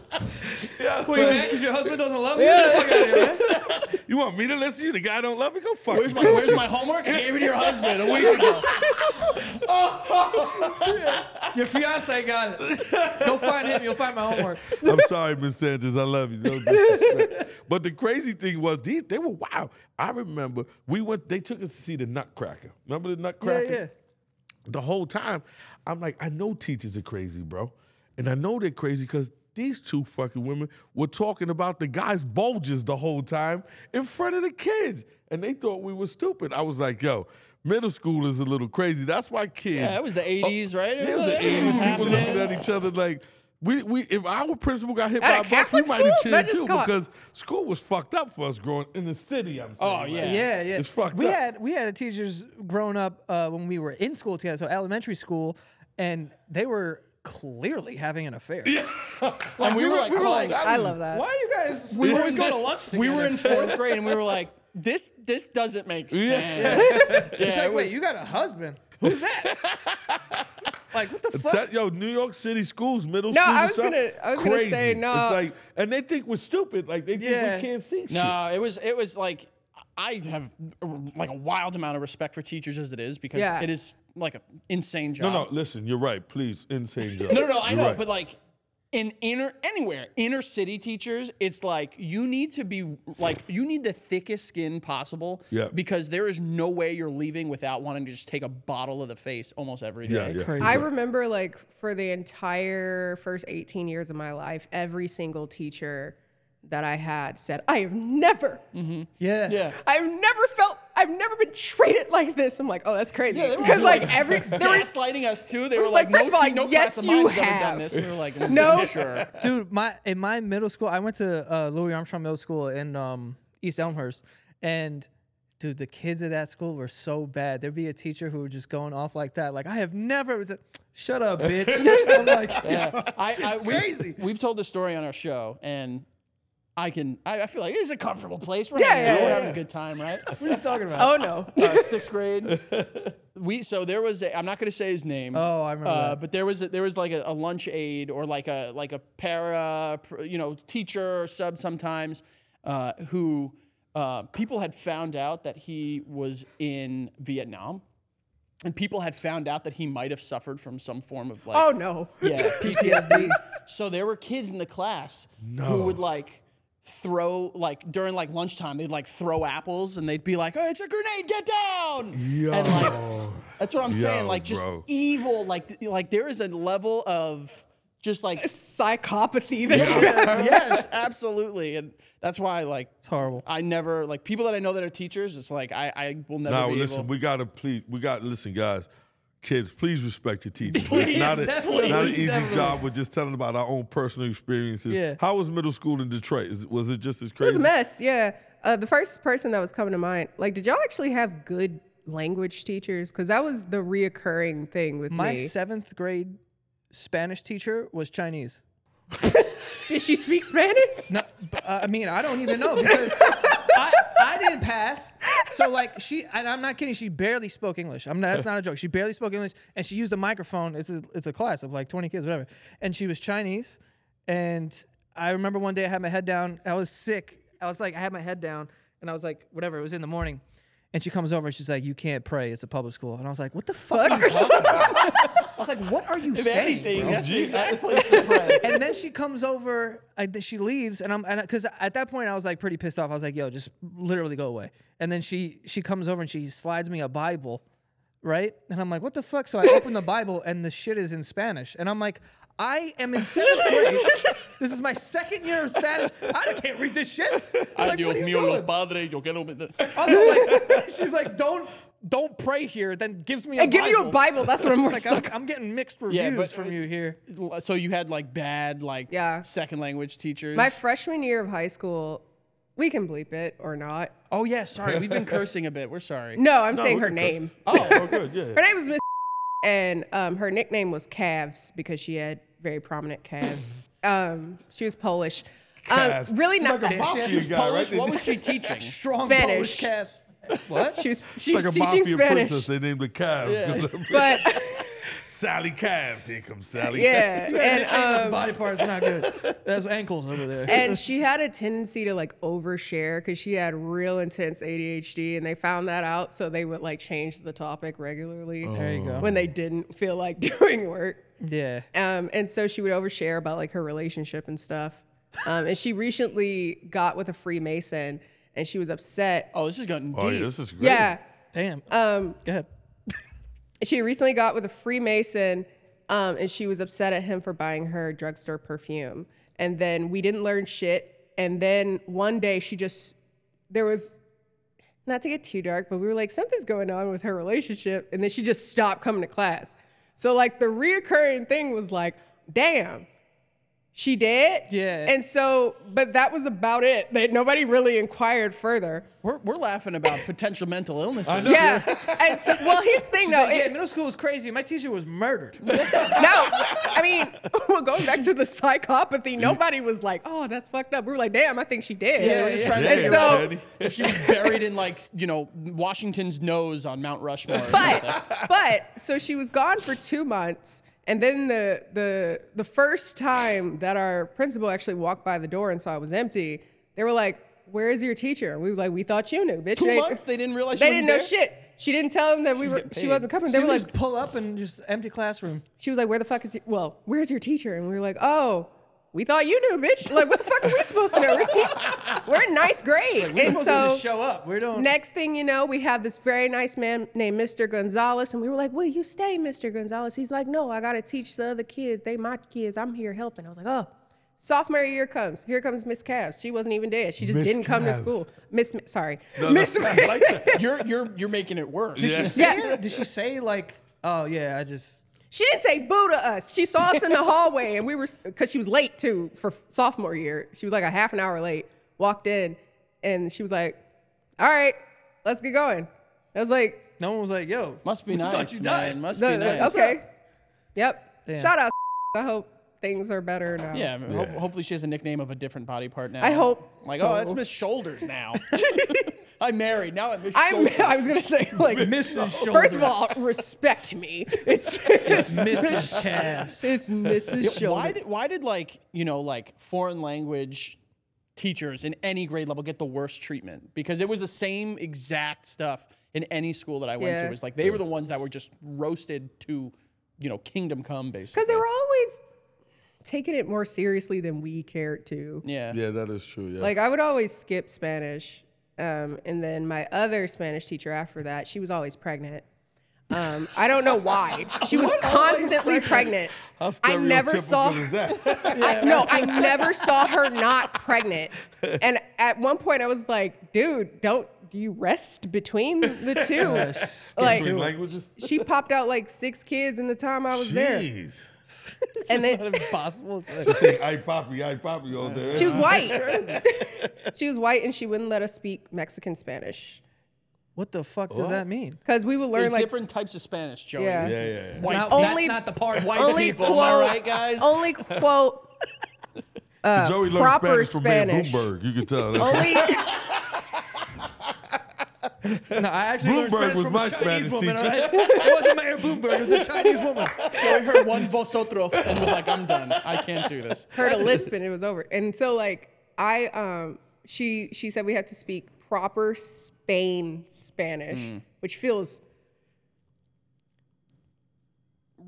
S8: man, because your husband doesn't love you. Get the fuck outta here, man.
S3: You want me to listen to you? The guy don't love you? Go fuck
S7: Where's my,
S3: yourself.
S7: where's my homework? I gave it to your husband a week ago.
S8: Your fiance got it. Go find him. You'll find my homework.
S3: I'm sorry, Miss Sanchez. I love you. No disrespect. but the crazy thing was these they were wow. I remember we went. They took us to see the Nutcracker. Remember the Nutcracker?
S8: yeah.
S3: The whole time, I'm like, I know teachers are crazy, bro, and I know they're crazy because these two fucking women were talking about the guy's bulges the whole time in front of the kids, and they thought we were stupid. I was like, yo. Middle school is a little crazy. That's why kids.
S7: Yeah, it was the 80s, right?
S3: Yeah, it was the
S7: Everything was
S3: 80s. People
S7: happening.
S3: looking at each other like, we, we if our principal got hit by
S6: At
S3: a
S6: a
S3: bus, we
S6: Catholic
S3: might have
S6: school? That
S3: cheered
S6: just
S3: too
S6: caught-
S3: because school was fucked up for us growing in the city. I'm saying.
S7: Oh,
S3: like,
S7: yeah.
S8: Yeah, yeah.
S3: It's fucked
S8: we
S3: up.
S8: had we had teachers growing up uh, when we were in school together, so elementary school, and they were clearly having an affair. Yeah.
S7: And we were like,
S3: "Oh,
S7: calling-
S6: I love that.
S8: Why are you guys?
S7: we
S8: We
S7: were
S8: always
S7: in-
S8: go to lunch together.
S7: We were in fourth grade and we were like, this this doesn't make sense. Yeah,
S8: It's like,
S7: it
S8: wait,
S7: was-
S8: you got a husband? Who's that? like, what the fuck?
S3: Te- yo, New York City schools, middle
S6: No,
S3: schools.
S6: I
S3: and
S6: was
S3: stuff,
S6: gonna- I was gonna
S3: crazy.
S6: say, no.
S3: It's like, and they think we're stupid. Like they
S8: Yeah.
S3: think we can't see shit.
S7: No, it was it was like I have like a wild amount of respect for teachers as it is because
S6: Yeah.
S7: it is like an insane job.
S3: No, no. Listen, you're right. Please, insane job.
S7: No, no, no. I
S3: You're
S7: know,
S3: right.
S7: but like in inner anywhere, inner city teachers, it's like you need to be like you need the thickest skin possible.
S3: Yeah.
S7: Because there is no way you're leaving without wanting to just take a bottle of the face almost every
S3: yeah,
S7: day.
S3: yeah.
S8: Crazy.
S6: I remember like for the entire first 18 years of my life, every single teacher that I had said, I have never,
S8: yeah. Yeah.
S6: I've never felt, I've never been treated like this. I'm like, oh, that's crazy.
S7: they were
S6: Because
S7: just
S6: like, every, there was
S7: gaslighting us too. They
S6: It
S7: were
S6: was
S7: like,
S6: like,
S7: no,
S6: first of all,
S7: te- no
S6: yes,
S7: class of
S6: you
S7: mine's ever done
S6: have.
S7: this. And we were like, no,
S6: No.
S7: sure.
S8: dude my in my middle school i went to uh, louis armstrong middle school in um, east elmhurst and dude, the kids at that school were so bad. There'd be a teacher who would just going off like that. Like, I have never. It's like, Shut up, bitch. I'm like,
S7: I, I, we, crazy. We've told this story on our show, and I can. I, I feel like it's a comfortable place. We're, hanging out, we're having a good time, right?
S8: what are you talking about?
S6: Oh no.
S7: uh, sixth grade. We so there was a. I'm not going to say his name.
S8: Oh, I remember
S7: Uh,
S8: that.
S7: but there was a, there was like a, a lunch aide or like a like a para pr- you know teacher or sub sometimes uh, who uh, people had found out that he was in Vietnam. And people had found out that he might have suffered from some form of like
S6: Oh no.
S7: yeah, PTSD. so there were kids in the class who would like throw like during like lunchtime they'd like throw apples and they'd be like, "Oh, it's a grenade! Get down!" And like that's what I'm saying.
S3: Yo,
S7: Like just
S3: bro.
S7: evil. Like th- like there is a level of just like
S6: Psychopathy. That's
S7: yes, absolutely, and that's why like
S8: It's horrible.
S7: I never like people that I know that are teachers. It's like I I will never.
S3: Now
S7: be
S3: listen,
S7: able-
S3: we gotta please, we got to listen, guys. Kids, please respect your teachers.
S7: Please,
S3: not, a,
S7: definitely,
S3: not an easy
S7: definitely.
S3: job with just telling about our own personal experiences.
S8: Yeah.
S3: How was middle school in Detroit? Is, was it just as crazy?
S6: a mess. Yeah. Uh, the first person that was coming to mind, like, did y'all actually have good language teachers? Because that was the reoccurring thing with
S8: My
S6: me.
S8: seventh grade Spanish teacher was Chinese.
S6: did she speak Spanish?
S8: No, b- uh, I mean, I don't even know because I, I didn't pass. So like she, and I'm not kidding. She barely spoke English. I'm not, that's not a joke. She barely spoke English, and she used a microphone. It's a it's a class of like 20 kids, whatever. And she was Chinese. And I remember one day I had my head down. I was sick. I was like, I had my head down, and I was like, whatever. It was in the morning. And she comes over and she's like, "You can't pray. It's a public school." And I was like, "What the fuck?" Are you talking about? I was like, "What are you
S7: If
S8: saying?"
S7: anything,
S8: bro?"
S7: that's the exact place to pray.
S8: and then she comes over. I, th- she leaves, and I'm and because at that point I was like pretty pissed off. I was like, "Yo, just literally go away." And then she she comes over and she slides me a Bible, right? And I'm like, "What the fuck?" So I open the Bible and the shit is in Spanish, and I'm like, "I am in seventh grade. This is my second year of Spanish. I can't read this shit." I'm like, "What are you doing?"
S7: padre, yo quiero mi-
S8: Also, like, she's like, "Don't." Don't pray here. Then gives me a
S6: I give you a Bible. That's what I'm more
S8: Like
S6: stuck.
S8: I'm, I'm getting mixed reviews
S7: Yeah, but-
S8: from you here.
S7: so you had like bad like
S6: Yeah.
S7: second language teachers.
S6: My freshman year of high school, we can bleep it or not.
S7: oh yeah, sorry, we've been cursing a bit. We're sorry.
S6: No, I'm saying
S3: we
S6: her
S3: can
S6: name.
S3: oh, oh, good, yeah.
S6: Her name was Miss, and um, her nickname was Calves because she had very prominent calves. um, she was Polish. Um,
S3: Calves.
S6: really
S3: She's
S6: not.
S3: like a mafia
S7: She was
S3: guy,
S7: Polish.
S3: right?
S7: What was she teaching?
S8: Strong
S6: Spanish.
S8: Polish calves. What?
S6: she was she
S3: It's like
S6: was
S3: a
S6: teaching
S3: mafia
S6: Spanish,
S3: princess. They named the calves. 'cause of-
S6: but
S3: Sally Calves. Here comes Sally.
S6: yeah, and
S8: Anyone's
S6: um,
S8: body part's not good. That's ankles over there.
S6: and she had a tendency to like overshare because she had real intense ADHD, and they found that out, so they would like change the topic regularly
S8: there you go.
S6: when they didn't feel like doing work.
S8: yeah.
S6: Um, and so she would overshare about like her relationship and stuff. Um, and she recently got with a Freemason, and she was upset.
S7: Oh, this is getting deep.
S3: Oh, yeah, this is great.
S6: Yeah,
S8: Damn. Um. Go ahead.
S6: she recently got with a Freemason, um, and she was upset at him for buying her drugstore perfume. And then we didn't learn shit. And then one day she just, there was, not to get too dark, but we were like, something's going on with her relationship. And then she just stopped coming to class. So, like, the reoccurring thing was like, damn, she did?
S8: Yeah.
S6: And so, but that was about it. That nobody really inquired further.
S7: We're, we're laughing about potential mental illnesses. I
S6: Yeah. and so, well, here's the thing though.
S8: yeah,
S6: it-
S8: middle school was crazy. My teacher was murdered.
S6: No, I mean, well, going back to the psychopathy, nobody was like, "Oh, that's fucked up." We were like, "Damn, I think she did."
S7: we're just trying to
S6: And
S7: figure
S6: so-
S7: out if she was buried in like s- you know Washington's nose on Mount Rushmore. or something.
S6: But, but so she was gone for two months, and then the the the first time that our principal actually walked by the door and saw it was empty, they were like, "Where is your teacher?" And we were like, "We thought you knew, bitch."
S7: two
S6: They-
S7: months they didn't realize
S6: They
S7: she
S6: didn't know
S7: wasn't there?
S6: shit. She didn't tell them that we were.
S7: getting
S6: She
S7: paid.
S6: wasn't coming. They
S8: They
S6: were like,
S8: just pull up and just empty classroom.
S6: she was like, "Where the fuck is your well? Where's your teacher?" And we were like, "Oh, we thought you knew, bitch. Like, what the fuck are we supposed to know? We're, te- we're in ninth grade,
S8: We're
S6: and
S8: supposed to
S6: so
S8: just show up. We don't.
S6: next thing you know, we have this very nice man named Mr. Gonzalez, and we were like, "Will you stay, Mr. Gonzalez?" He's like, "No, I gotta teach the other kids. They my kids. I'm here helping." I was like, "Oh." Sophomore year comes. Here comes Miss Cavs. She wasn't even dead. She just
S3: Miss
S6: didn't come to
S3: Cavs.
S6: school. Miss, Ma- sorry,
S3: No, no,
S6: Miss.
S3: I like that.
S7: You're you're you're making it worse.
S3: Yeah.
S8: Yeah.
S6: Yeah.
S8: Did she say like, oh yeah, I just
S6: She didn't say boo to us. She saw us in the hallway, and we were because she was late too for sophomore year. She was like a half an hour late. Walked in, and she was like, "All right, let's get going. I was like,
S8: No one was like, yo,
S7: Must be nice,
S8: Thought you died.
S7: man. Must
S6: no,
S7: be
S6: they're-
S7: nice.
S6: okay. Yep.
S8: Damn.
S6: Shout out. I hope things are better now.
S7: Yeah, I mean, ho- hopefully she has a nickname of a different body part now.
S6: I hope
S7: Like,
S6: so.
S7: oh, that's Miss Shoulders now. I'm married now. I'm Miss
S6: I'm,
S7: Shoulders.
S6: I was gonna say like,
S8: Mrs. Shoulders.
S6: first of all, respect me. It's
S8: it's Mrs. Calves.
S6: it's Mrs. Shoulders.
S7: why did, why did like you know like foreign language teachers in any grade level get the worst treatment because it was the same exact stuff in any school that I went to
S6: Yeah.
S7: it was like they were the ones that were just roasted to you know kingdom come basically
S6: Because they were always taking it more seriously than we cared to.
S7: yeah
S3: Yeah, that is true. Yeah.
S6: Like I would always skip Spanish, um, and then my other Spanish teacher after that, she was always pregnant. Um, I don't know why. She was constantly pregnant. I never saw.
S3: Stereotypical is that?
S6: I, no, I never saw her not pregnant. And at one point, I was like, "Dude, don't do you rest between the two? like,
S3: Different languages.
S6: she popped out like six kids in the time I was there,
S3: Jeez.
S6: and then
S8: Impossible.
S3: Say, I poppy, I poppy all day.
S6: She was white. she was white, and she wouldn't let us speak Mexican Spanish
S8: What the fuck does that mean?
S6: because we would learn
S7: there's
S6: like
S7: different types of Spanish Joey
S6: Yeah.
S3: Yeah, yeah, yeah.
S8: It's not-
S6: only-
S8: that's not the part. White
S6: only
S7: am I
S6: quote,
S7: right, guys?
S6: only quote,
S3: Joey learned
S6: Uh, proper
S3: Spanish from being
S6: Spanish.
S3: Bloomberg. You can tell. That's-
S6: only
S8: No, I actually learned
S3: Bloomberg
S8: Spanish
S3: was my
S8: from a
S3: Spanish
S8: Chinese woman.
S3: teacher.
S8: all right? It wasn't Mayor Bloomberg. It was a Chinese woman.
S7: Joey heard one vosotros and was like I'm done I can't do this
S6: heard a lisp and it was over. And so like I um she she said we had to speak proper Spain Spanish,
S7: Mm.
S6: which feels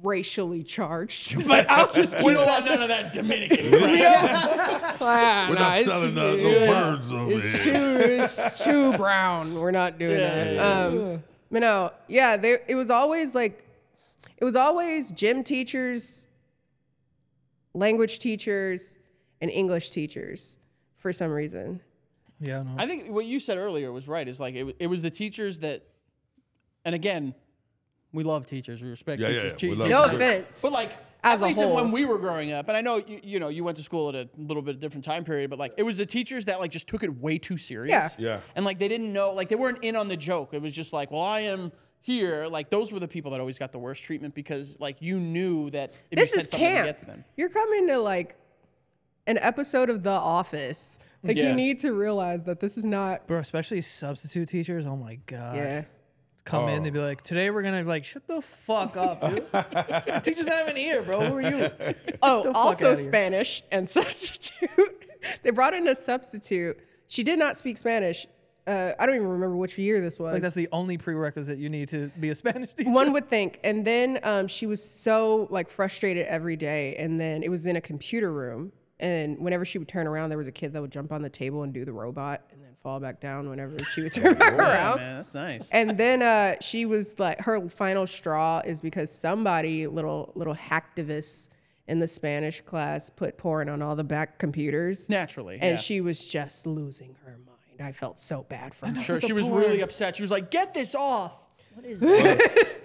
S6: racially
S7: Oh,
S6: charged. But I'll just keep that.
S7: none of that Dominican
S6: Ah,
S3: We're
S6: nah,
S3: not
S6: it's-
S3: selling no,
S6: it-
S3: no birds over
S6: It's
S3: here.
S6: too, it's too brown. We're not doing that. Um, but no, yeah, they, it was always like, it was always gym teachers, language teachers, and English teachers for some reason.
S8: Yeah, no.
S7: I think what you said earlier was right. Is like it, wa- it was the teachers that, and again, we love teachers. We respect
S3: Yeah, yeah,
S7: teachers.
S3: yeah, we
S7: teachers,
S3: love
S6: No
S3: Sure.
S6: offense.
S7: But like
S6: As
S7: at
S6: a
S7: least in- when
S6: whole.
S7: we were growing up, and I know you, you know you went to school at a little bit different time period, but like it was the teachers that like just took it way too serious.
S3: Yeah. Yeah.
S7: And like they didn't know, like they weren't in on the joke. It was just like, well, I am here. Like those were the people that always got the worst treatment because like you knew that if
S6: this
S7: you said
S6: is
S7: something,
S6: camp.
S7: to get to them.
S6: You're coming to like an episode of The Office. Like
S7: Yeah.
S6: you need to realize that this is not.
S8: Bro, especially substitute teachers. Oh my god.
S6: Yeah.
S8: Come in, they'd be like, "Today we're gonna be like, shut the fuck up, dude. Teachers not even here, bro. Who are you?"
S6: Oh,
S8: fuck
S6: also
S8: outta here.
S6: Spanish and substitute. they brought in a substitute. She did not speak Spanish. Uh, I don't even remember which year this was.
S8: Like that's the only prerequisite you need to be a Spanish teacher.
S6: One would think. And then um, she was so like frustrated every day. And then it was in a computer room. And whenever she would turn around, there was a kid that would jump on the table and do the robot and then fall back down whenever she would turn back
S7: Yeah,
S6: around.
S7: man, that's nice.
S6: And then uh, she was like, her final straw is because somebody, little little hacktivist in the Spanish class, put porn on all the back computers.
S7: Naturally,
S6: and
S7: yeah.
S6: she was just losing her mind. I felt so bad for her.
S7: Sure, she was really upset. She was like, "Get this off."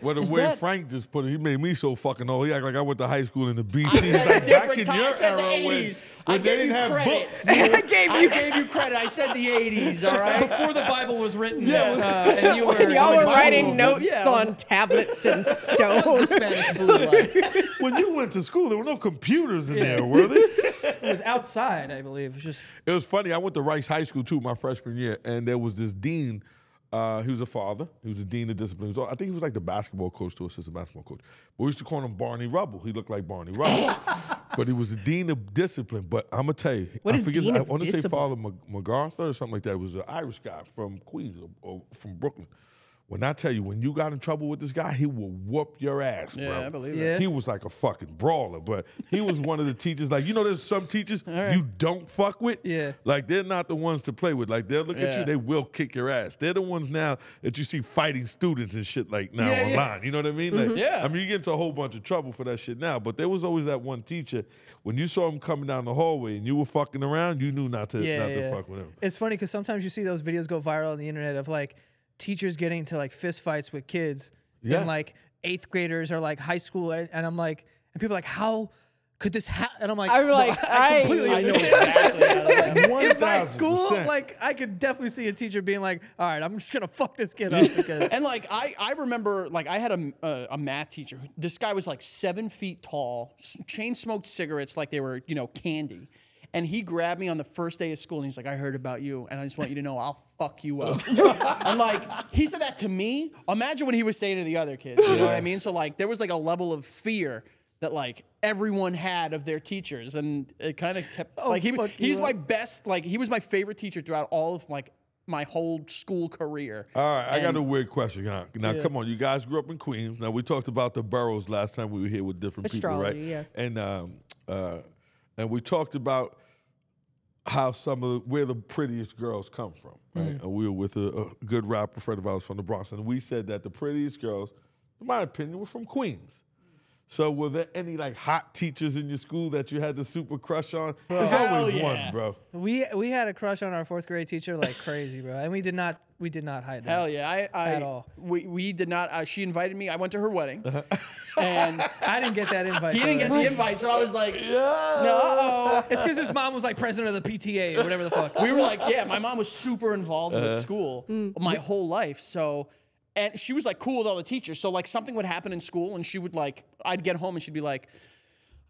S3: Well, the way Frank just put it, he made me so fucking old. He act like I went to high school in the BC.
S7: I
S3: He's like,
S7: said a
S3: back
S7: different
S3: in
S7: time.
S3: your
S7: I said the
S3: era when-
S7: 80s. I
S3: when they
S7: gave
S3: didn't
S7: you
S3: have
S7: credit.
S3: books.
S6: I gave
S7: I gave you credit. I said the 80s, all right?
S8: before the Bible was written. Yeah, uh, and you were,
S6: Y'all were
S8: like,
S6: writing notes on tablets and stone.
S7: Spanish food line.
S3: When you went to school, there were no computers in there, were there?
S8: It was outside, I believe. It was just
S3: It was funny. I went to Rice High School too, my freshman year, and there was this dean. Uh, he was a father. He was a dean of discipline. He was- I think he was like the basketball coach to assistant basketball coach. But we used to call him Barney Rubble. He looked like Barney Rubble, but he was the dean of discipline. But I'm gonna tell you, I
S6: is
S3: forget.
S6: dean
S3: I
S6: of
S3: want to say
S6: discipline?
S3: Father Mag- MacArthur or something like that. It was an Irish guy from Queens or, or from Brooklyn. When I tell you, when you got in trouble with this guy, he will whoop your ass, bro.
S7: I believe it.
S8: Yeah.
S3: He was like a fucking brawler, but he was one of the teachers. Like you know, there's some teachers you don't fuck with.
S8: Yeah.
S3: Like they're not the ones to play with. Like they'll look at
S7: Yeah.
S3: you, they will kick your ass. They're the ones now that you see fighting students and shit like now
S7: Yeah, yeah.
S3: online. You know what I mean?
S8: Mm-hmm.
S3: Like,
S7: Yeah.
S3: I mean, you get into a whole bunch of trouble for that shit now. But there was always that one teacher when you saw him coming down the hallway and you were fucking around, you knew not to
S8: yeah,
S3: not
S8: yeah.
S3: to fuck with him.
S8: It's funny because sometimes you see those videos go viral on the internet of like teachers getting into like fist fights with kids
S3: Yeah.
S8: and like eighth graders or like high school, and and I'm like, and people are like, how could this happen? And I'm like,
S1: I'm
S8: "No,
S1: like, I-
S8: completely
S1: I know
S8: understand."
S7: exactly. how that
S8: Like,
S7: happened.
S8: in my
S3: 1000%.
S8: school, like I could definitely see a teacher being like, "All right, I'm just gonna fuck this kid up." Because
S7: and like I, I remember like I had a, a, a math teacher. who- This guy was like seven feet tall, s- chain smoked cigarettes like they were you know candy, and he grabbed me on the first day of school and he's like, I heard about you, and I just want you to know I'll fuck you up. and like he said that to me. Imagine what he was saying to the other kids. You know what I mean? So like there was like a level of fear that like everyone had of their teachers, and it kind of kept like he
S8: fuck you
S7: he's
S8: up.
S7: my best like he was my favorite teacher throughout all of like. My whole school career.
S3: All right, I got
S7: And-
S3: a weird question. Now, now come on, you guys grew up in Queens. Now we talked about the boroughs last time we were here with different people,
S5: Astrology,
S3: right?
S5: yes.
S3: And um, uh, and we talked about how some of the, where the prettiest girls come from, right? And we were with a, a good rapper friend of ours from the Bronx, and we said that the prettiest girls, in my opinion, were from Queens. So were there any like hot teachers in your school that you had the super crush on? There's always one, bro.
S8: we we had a crush on our fourth grade teacher like crazy, bro, and we did not we did not hide that.
S7: Hell yeah! I, I
S8: At all.
S7: We, we did not. Uh, she invited me. I went to her wedding, and
S8: I didn't get that invite.
S7: he didn't get
S8: though.
S7: the invite. So I was like, no.
S8: It's because his mom was like president of the PTA or whatever the fuck.
S7: We were like, yeah. My mom was super involved with school my whole life. So, and she was like cool with all the teachers. So like something would happen in school, and she would like, I'd get home and she'd be like.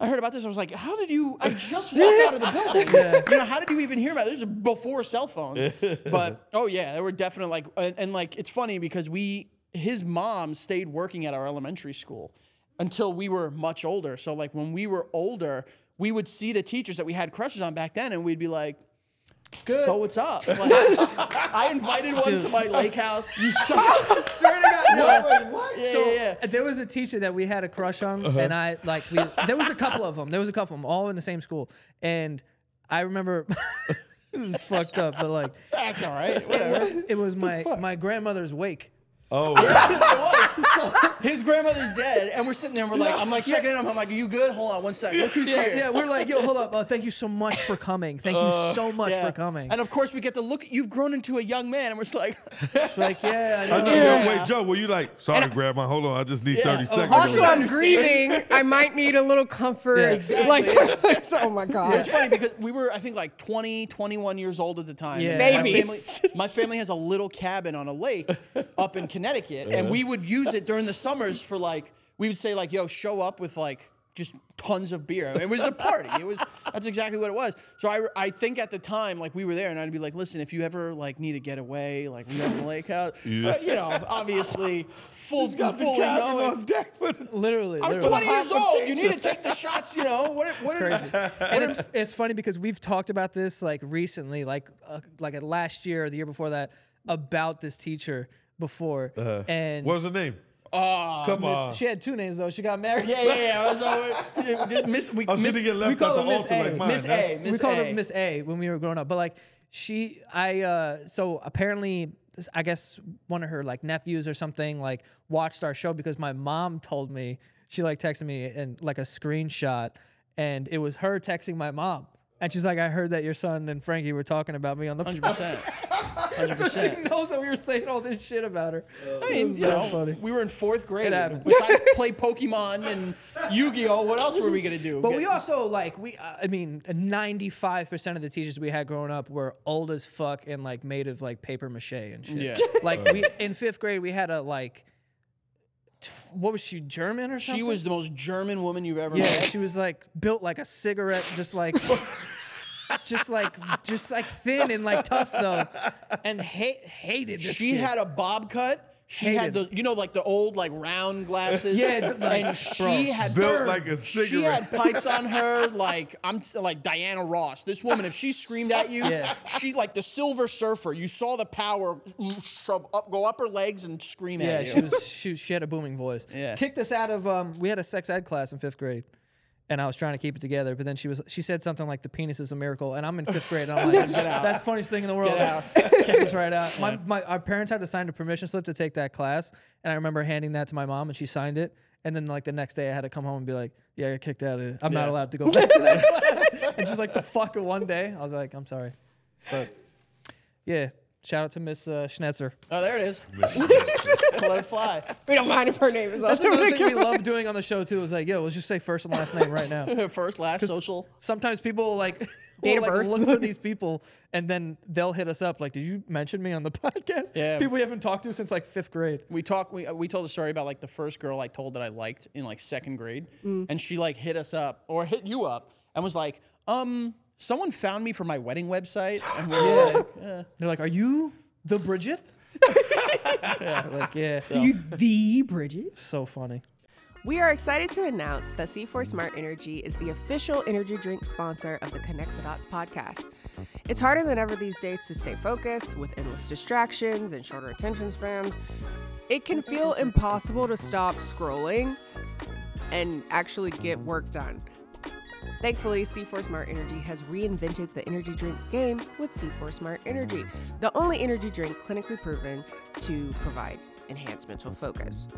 S7: I heard about this. I was like, "How did you? I just walked out of the building. You know, how did you even hear about it? This is before cell phones." But oh yeah, there were definitely like, and, and like it's funny because we, his mom stayed working at our elementary school until we were much older. So like when we were older, we would see the teachers that we had crushes on back then, and we'd be like. So what's up? Like, I invited one to my lake house. You
S8: Swear to God, no.
S7: yeah,
S8: So
S7: yeah, yeah.
S8: there was a teacher that we had a crush on, and I like we. There was a couple of them. There was a couple of them, all in the same school, and I remember. this is fucked up, but like
S7: That's all right. Whatever.
S8: it was my my grandmother's wake.
S3: Oh,
S7: It was. His grandmother's dead, and we're sitting there. And we're like, I'm like checking in. on him. I'm like, are you good? Hold on one second. Look who's
S8: Yeah,
S7: here.
S8: yeah, we're like, yo, hold up. Uh, thank you so much for coming. Thank you so much
S7: Yeah.
S8: for coming.
S7: And of course, we get to look. You've grown into a young man, and we're just like,
S8: It's like, yeah, I know.
S3: I know. Yo, wait, Joe, were you like, sorry, grandma, hold on, I just need 30
S7: Oh,
S3: seconds.
S7: also,
S6: Also, I'm
S7: Understand.
S6: grieving. I might need a little comfort.
S8: Yeah.
S6: Like, oh my god.
S7: It's funny because we were, I think, like 20, 21 years old at the time.
S8: Yeah.
S7: My family,
S6: Babies.
S7: my family has a little cabin on a lake up in Connecticut, and we would use it during the summers for like, we would say, like, yo, show up with like just tons of beer. It was a party. It was, that's exactly what it was. So I, I think at the time, like, we were there, and I'd be like, listen, if you ever like need a getaway, like, we have the lake house,
S3: Yeah.
S7: Uh, you know, obviously, full,
S3: got the
S7: fully
S3: cabin
S7: knowing.
S3: on deck for the
S8: literally.
S7: I was
S8: literally.
S7: 20 years old. You need to take the shots, you know? What, what
S8: crazy. and it's, it's funny because we've talked about this like recently, like uh, like at last year or the year before that, about this teacher before. and
S3: What was her name? Oh, come
S8: Miss-
S3: on.
S8: she had two names though. She got married.
S7: Yeah, yeah, yeah. I was always, yeah, did miss, we,
S3: Oh, she
S7: miss,
S3: didn't get
S8: we
S3: left at
S8: call
S3: the
S8: her Miss
S3: altar
S8: A.
S3: like mine.
S7: miss
S3: huh?
S7: A. Miss
S8: we called
S7: A.
S8: her Miss A when we were growing up. But like she, I, uh, so apparently, this- I guess one of her like nephews or something like watched our show because my mom told me she like texted me and like a screenshot, and it was her texting my mom. And she's like, I heard that your son and Frankie were talking about me on the
S7: 100%.
S8: So she
S7: 100%.
S8: knows that we were saying all this shit about her.
S7: I mean, you know, we were in fourth grade.
S8: happens.
S7: Besides play Pokemon and Yu-Gi-Oh, what else were we gonna do?
S8: But we
S7: Get-
S8: also like we. Uh, I mean, ninety-five percent of the teachers we had growing up were old as fuck and like made of like paper mache and shit.
S7: Yeah. Uh.
S8: Like we in fifth grade we had a like, t- what was she German or something?
S7: she was the most German woman you've ever
S8: Yeah,
S7: met.
S8: she was like built like a cigarette, just like, just like, just like thin and like tough though, and hate hated. This
S7: she
S8: kid.
S7: had a bob cut. She had the,
S8: Hated.
S7: you know, like the old, like round glasses.
S8: Yeah, d- like,
S7: and she
S8: bro,
S7: had
S3: built
S7: her-
S3: like a
S7: She
S3: cigarette.
S7: had pipes on her, like I'm s- like Diana Ross. This woman, if she screamed at you,
S8: Yeah.
S7: she like the Silver Surfer. You saw the power shove up, go up her legs and scream
S8: Yeah,
S7: at you.
S8: she was she, she had a booming voice.
S7: Yeah.
S8: Kicked us out of um we had a sex ed class in fifth grade. And I was trying to keep it together, but then she was she said something like the penis is a miracle, and I'm in fifth grade and I'm like that's the funniest thing in the world.
S7: Get out.
S8: Kick us right out. My, my our parents had to sign a permission slip to take that class, and I remember handing that to my mom and she signed it. And then like the next day I had to come home and be like, Yeah, I got kicked out of it. I'm not
S7: Yeah.
S8: allowed to go back to that class. And she's like the fuck one day. I was like, I'm sorry. But yeah. Shout out to Miss uh, Schnetzer.
S7: Oh, there it is. Let it fly.
S6: We don't mind if her name is
S8: That's
S6: also
S8: another thing we love doing on the show too. Is like, yo, let's just say first and last name right now.
S7: First, last, social.
S8: Sometimes people like.
S6: Date
S8: will,
S6: of birth.
S8: like, Look for these people, and then they'll hit us up. Like, did you mention me on the podcast?
S7: Yeah.
S8: People we haven't talked to since like fifth grade.
S7: we talked we, we told a story about like the first girl i told that i liked in like second grade
S6: Mm.
S7: and she like hit us up or hit you up and was like um someone found me for my wedding website and we were like, eh.
S8: They're like, are you the Bridget? yeah. Like, yeah.
S6: you the Bridget.
S8: so funny.
S5: We are excited to announce that C4 Smart Energy is the official energy drink sponsor of the Connect the Dots podcast. It's harder than ever these days to stay focused with endless distractions and shorter attention spans. It can feel impossible to stop scrolling and actually get work done. Thankfully, C4 Smart Energy has reinvented the energy drink game with C4 Smart Energy, the only energy drink clinically proven to provide enhanced mental focus.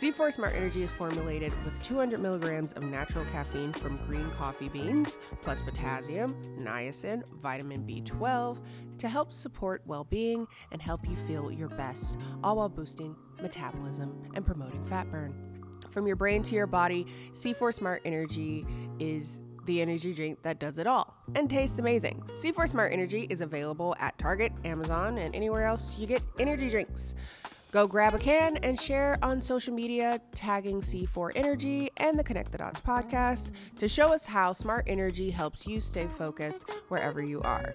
S5: C4 Smart Energy is formulated with 200 milligrams of natural caffeine from green coffee beans, plus potassium, niacin, vitamin B12 to help support well being and help you feel your best, all while boosting metabolism and promoting fat burn. From your brain to your body, C4 Smart Energy is the energy drink that does it all and tastes amazing. C4 Smart Energy is available at Target, Amazon, and anywhere else you get energy drinks. Go grab a can and share on social media, tagging C4 Energy and the Connect the Dots podcast to show us how smart energy helps you stay focused wherever you are.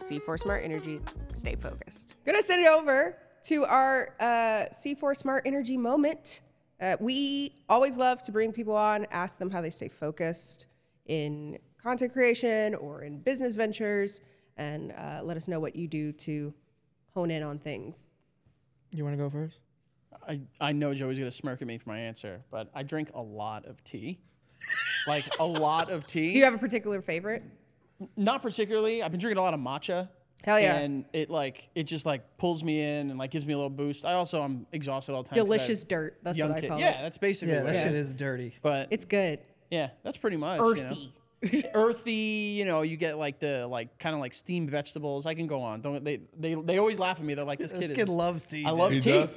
S5: C4 Smart Energy, stay focused.
S6: Gonna send it over to our uh, C4 Smart Energy moment. Uh, we always love to bring people on, ask them how they stay focused in content creation or in business ventures, and uh, let us know what you do to hone in on things.
S8: You want to go first?
S7: I, I know joey's gonna smirk at me for my answer but i drink a lot of tea like a lot of tea
S6: Do you have a particular favorite?
S7: not particularly. I've been drinking a lot of matcha.
S6: Hell yeah.
S7: And it like it just like pulls me in and like gives me a little boost. I also I'm exhausted all the time. 'cause I have
S6: Delicious dirt. That's
S7: young
S6: what I
S7: kid-
S6: call
S7: Yeah,
S6: it.
S7: that's basically
S8: Yeah,
S7: what
S8: that
S7: it
S8: shit
S7: is.
S8: is dirty.
S7: But
S6: It's good.
S7: yeah, that's pretty much you know?
S6: Earthy.
S7: earthy. You know, you get like the like kind of like steamed vegetables. I can go on. Don't they? They they always laugh at me. They're like, this kid,
S8: This
S7: is
S8: kid loves tea,
S7: I
S8: dude.
S7: love
S3: He
S7: tea.
S3: does?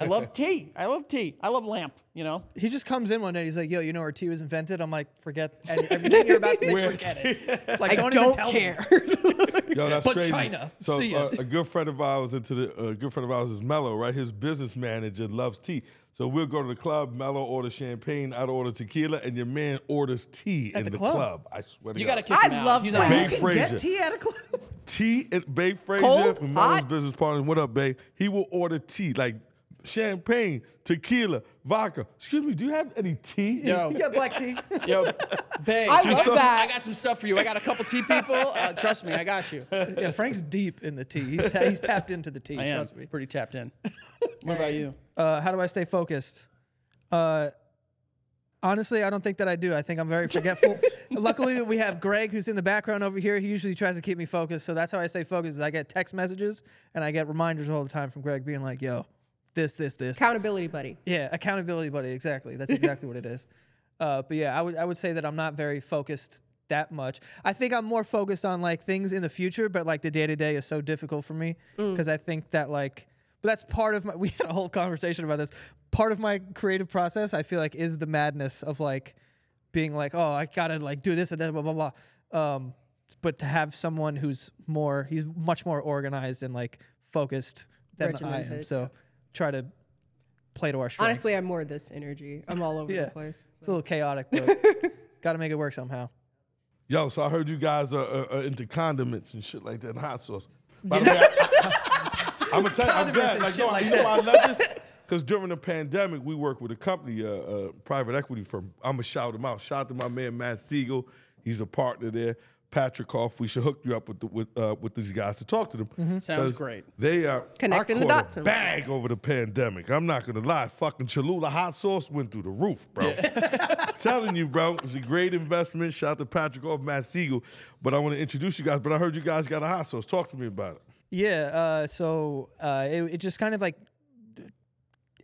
S7: I love tea. I love tea. I love lamp. You know.
S8: He just comes in one day. He's like, "Yo, you know where tea was invented?" I'm like, "Forget any- everything you're about to say.
S3: Where-
S8: Forget it. Like, don't, even
S6: Don't
S8: tell me.
S6: care.
S3: Yo, that's
S8: But
S3: crazy.
S8: China,
S3: So
S8: see ya.
S3: uh, a good friend of ours into the a good friend of ours is Mello, right? His business manager loves tea. So we'll go to the club. Mello orders champagne. I'd order tequila, and your man orders tea in
S8: the
S3: the,
S8: club.
S3: club. I swear to
S7: You
S3: God.
S7: gotta kiss
S6: I
S7: him out.
S6: love
S7: He's
S6: that.
S7: like,
S3: Babe
S8: You can
S3: Frazier.
S8: get tea at a club.
S3: tea and Babe Frazier,
S6: Cold,
S3: Mello's
S6: hot?
S3: business partner. What up, Babe? He will order tea like champagne, tequila, vodka. Excuse me, do you have any tea?
S7: Yo,
S8: You got black tea.
S7: Yo, babe,
S6: I
S7: I,
S6: love that.
S7: got Some, I got some stuff for you. I got a couple tea people. Uh, trust me, I got you. I
S8: yeah, Frank's deep in the tea. He's, ta- he's tapped into the tea.
S7: am
S8: trust me.
S7: pretty tapped in. What about you?
S8: Uh, how do I stay focused? Uh, honestly, I don't think that I do. I think I'm very forgetful. Luckily, we have Greg who's in the background over here. He usually tries to keep me focused, so that's how I stay focused. Is I get text messages and I get reminders all the time from Greg being like, "Yo, this, this, this."
S6: Accountability buddy.
S8: Yeah, accountability buddy. Exactly. That's exactly what it is. Uh, but yeah, I would I would say that I'm not very focused that much. I think I'm more focused on like things in the future, but like the day to day is so difficult for me because I think that like. But that's part of my. We had a whole conversation about this. Part of my creative process, I feel like, is the madness of like being like, oh, I gotta like do this and that, blah blah blah. Um, but to have someone who's more, he's much more organized and like focused than I am.
S6: Regimented.
S8: So try to play to our strengths.
S6: Honestly, I'm more this energy. I'm all over
S8: Yeah.
S6: the place.
S8: It's a little chaotic, but got to make it work somehow.
S3: Yo, so I heard you guys are, are, are into condiments and shit like that and hot sauce. By the way, I, am gonna tell you, I'm
S8: Condiments
S3: glad.
S8: and
S3: Like,
S8: shit
S3: no,
S8: like
S3: you know why I love this? Because during the pandemic, we worked with a company, a uh, uh, private equity firm. I'm gonna shout them out. Shout out to my man Matt Siegel. He's a partner there. Patrick Hoff, we should hook you up with the, with uh, with these guys to talk to them.
S8: Mm-hmm.
S7: Sounds
S3: 'Cause
S7: great.
S3: They are
S6: Connecting
S3: I
S6: the
S3: caught
S6: dots
S3: A
S6: in my
S3: bag over the pandemic. I'm not gonna lie. Fucking Cholula hot sauce went through the roof, bro. telling you, bro, it was a great investment. Shout out to Patrick off Matt Siegel. But I want to introduce you guys. But I heard you guys got a hot sauce. Talk to me about it.
S8: Yeah. Uh, so uh, it, it just kind of like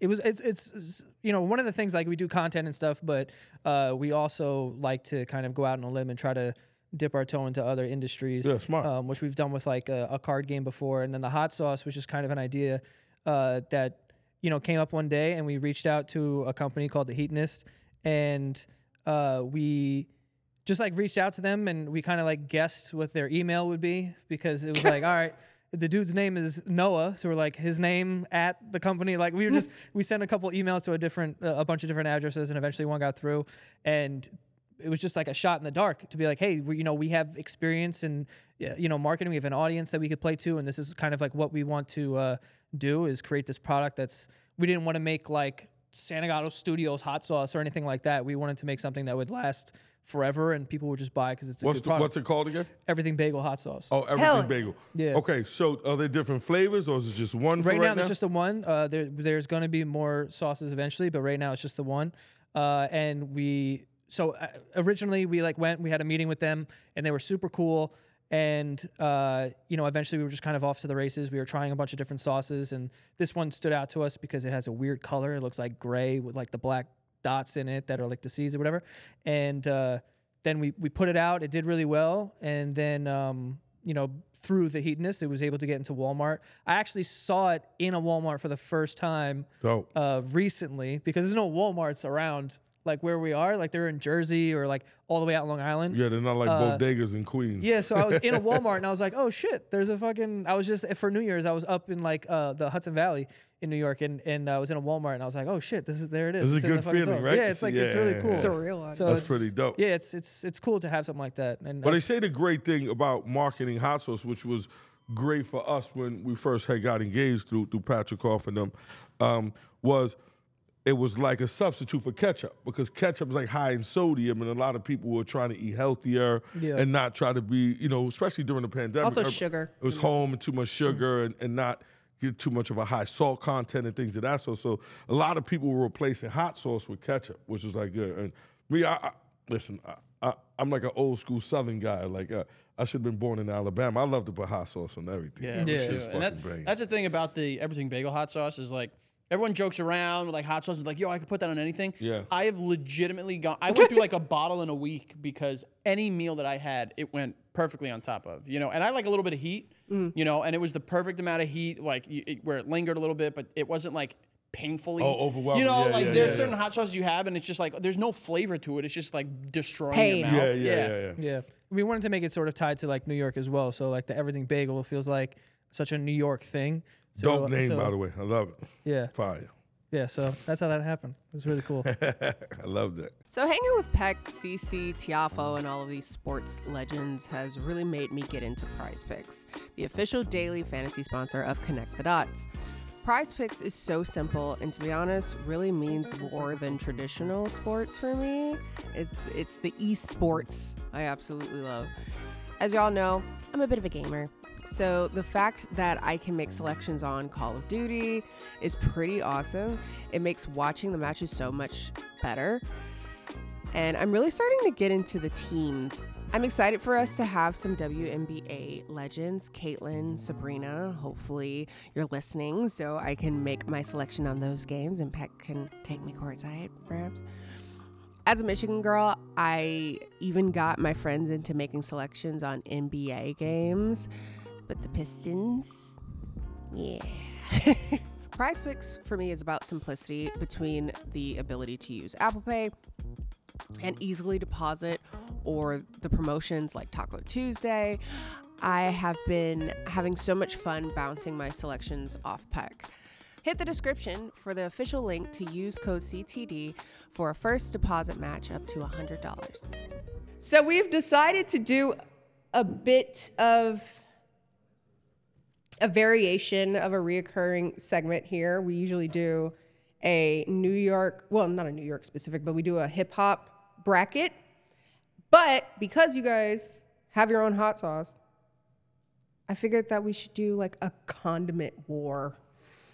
S8: it was it, it's it's, you know one of the things like we do content and stuff, but uh, we also like to kind of go out on a limb and try to dip our toe into other industries.
S3: Yeah, smart.
S8: Um, which we've done with like a, a card game before, and then the hot sauce was just kind of an idea uh, that you know came up one day, and we reached out to a company called the Heatonist, and uh, we just like reached out to them and we kind of like guessed what their email would be because it was like, all right, the dude's name is Noah, so we're like his name at the company. Like we were just we sent a couple emails to a different uh, a bunch of different addresses and eventually one got through, and it was just like a shot in the dark to be like, hey, we, you know, we have experience in yeah, you know marketing, we have an audience that we could play to, and this is kind of like what we want to uh, do is create this product that's we didn't want to make like Santa Gato Studios hot sauce or anything like that. We wanted to make something that would last forever and people would just buy because it's a
S3: What's
S8: good
S3: the,
S8: product.
S3: what's it called again?
S8: Everything bagel hot sauce.
S3: Oh, everything
S9: Hell-
S3: bagel.
S8: Yeah.
S3: Okay, so are there different flavors or is it just one? for
S8: right, now,
S3: right
S8: there's just the one. Uh, there, there's going to be more sauces eventually, but right now it's just the one. Uh, and we so uh, originally we like went, we had a meeting with them, and they were super cool. And uh, you know, eventually we were just kind of off to the races. We were trying a bunch of different sauces, and this one stood out to us because it has a weird color. It looks like gray with like the black dots in it that are like the seeds or whatever. And uh, then we we put it out. It did really well, and then um, you know through the hedonist, it was able to get into Walmart. I actually saw it in a Walmart for the first time
S3: Dope.
S8: uh, recently because there's no WalMarts around like where we are. Like they're in Jersey or like all the way out Long Island.
S3: yeah, they're not like bodegas in Queens.
S8: Yeah, so I was in a Walmart and I was like, oh shit, there's a fucking. I was just for New Year's, I was up in like uh, the Hudson Valley in New York, and and I was in a Walmart and I was like, oh shit, this is there it
S3: This
S8: is.
S3: is a
S8: It's in
S3: good
S8: the fucking
S3: feeling,
S8: store.
S3: right?
S8: Yeah, it's like it's really
S3: Yeah.
S8: cool.
S5: Surreal.
S8: So
S3: That's
S8: it's-
S3: pretty dope.
S8: Yeah, it's it's it's cool to have something like that. And uh,
S3: But
S8: I-
S3: they say the great thing about marketing hot sauce, which was great for us when we first had got engaged through through Patrick Hoff and them, um, was it was like a substitute for ketchup because ketchup is like high in sodium, and a lot of people were trying to eat healthier
S8: Yeah.
S3: and not try to be, you know, especially during the pandemic.
S5: Also
S3: every-
S5: sugar.
S3: It was home and too much sugar and, and not get too much of a high salt content and things of that sort. So a lot of people were replacing hot sauce with ketchup, which was like good. And me, I, I listen, I, I, I'm like an old school Southern guy. Like uh, I should have been born in Alabama. I love to put hot sauce on everything.
S7: Yeah,
S8: Yeah.
S7: yeah.
S8: shit's
S7: And that- that's the thing about the everything bagel hot sauce is like everyone jokes around with like hot sauce is like yo I could put that on anything.
S3: Yeah.
S7: I have legitimately gone. I went through like a bottle in a week because any meal that I had it went perfectly on top of you know, and I like a little bit of heat
S5: Mm.
S7: you know, and it was the perfect amount of heat like you, it, where it lingered a little bit, but it wasn't like painfully
S3: Oh, overwhelming.
S7: You know,
S3: Yeah,
S7: like
S3: yeah,
S7: there's
S3: yeah,
S7: certain
S3: yeah.
S7: hot sauces you have and it's just like there's no flavor to it. It's just like destroying
S9: Pain.
S7: your mouth.
S3: yeah, yeah, yeah, yeah.
S8: Yeah. We wanted to make it sort of tied to like New York as well. So like the everything bagel feels like such a New York thing. So, uh,
S3: Dope name,
S8: so-
S3: by the way. I love it.
S8: Yeah.
S3: Fire.
S8: Yeah. So that's how that happened. It was really cool.
S3: I love that.
S6: So hanging with Peck, CC, Tiafo, and all of these sports legends has really made me get into Prize Picks, the official daily fantasy sponsor of Connect the Dots. Prize Picks is so simple and to be honest, really means more than traditional sports for me. It's it's the esports I absolutely love. As y'all know, I'm a bit of a gamer. So the fact that I can make selections on Call of Duty is pretty awesome. It makes watching the matches so much better and I'm really starting to get into the teams. I'm excited for us to have some WNBA legends, Caitlin, Sabrina. Hopefully, you're listening so I can make my selection on those games and Peck can take me courtside, perhaps. As a Michigan girl, I even got my friends into making selections on NBA games, but the Pistons, yeah. Prize Picks for me is about simplicity between the ability to use Apple Pay, and easily deposit or the promotions like Taco Tuesday. I have been having so much fun bouncing my selections off Peck. Hit the description for the official link to use code CTD for a first deposit match up to $100.
S5: So we've decided to do a bit of a variation of a reoccurring segment here. We usually do a New York, well, not a New York specific, but we do a hip hop bracket. But because you guys have your own hot sauce, I figured that we should do like a condiment war,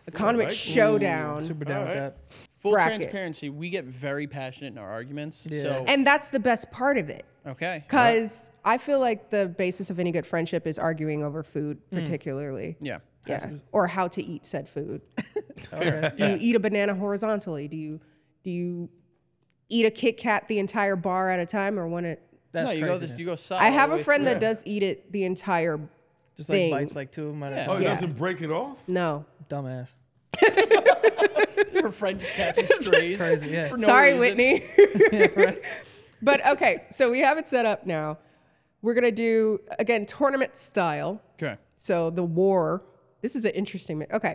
S5: a condiment
S3: like-
S5: showdown.
S8: Super down with that.
S7: Full
S5: Bracket.
S7: transparency, we get very passionate in our arguments. So
S5: and that's the best part of it.
S7: okay.
S5: Because I feel like the basis of any good friendship is arguing over food, particularly.
S7: Mm. Yeah.
S5: Yeah. Or how to eat said food.
S7: Fair.
S5: Do you eat a banana horizontally? Do you do you eat a Kit Kat the entire bar at a time or one at
S8: That's
S7: no, you go
S8: craziness.
S7: this, you go side.
S6: I
S7: all the
S6: have a
S7: way
S6: friend
S7: through.
S6: that does eat it the entire
S8: Just like
S6: thing.
S8: bites like two of them.
S7: Yeah.
S8: Yeah.
S3: Oh, it
S6: Yeah.
S3: doesn't break it off?
S6: no.
S8: Dumbass.
S7: Her friend just catches strays.
S8: Crazy, yeah.
S7: for no
S6: Sorry,
S7: reason.
S6: Whitney. But okay, so we have it set up now. We're gonna do again tournament style.
S7: Okay.
S6: So the war. This is an interesting. mi- Okay,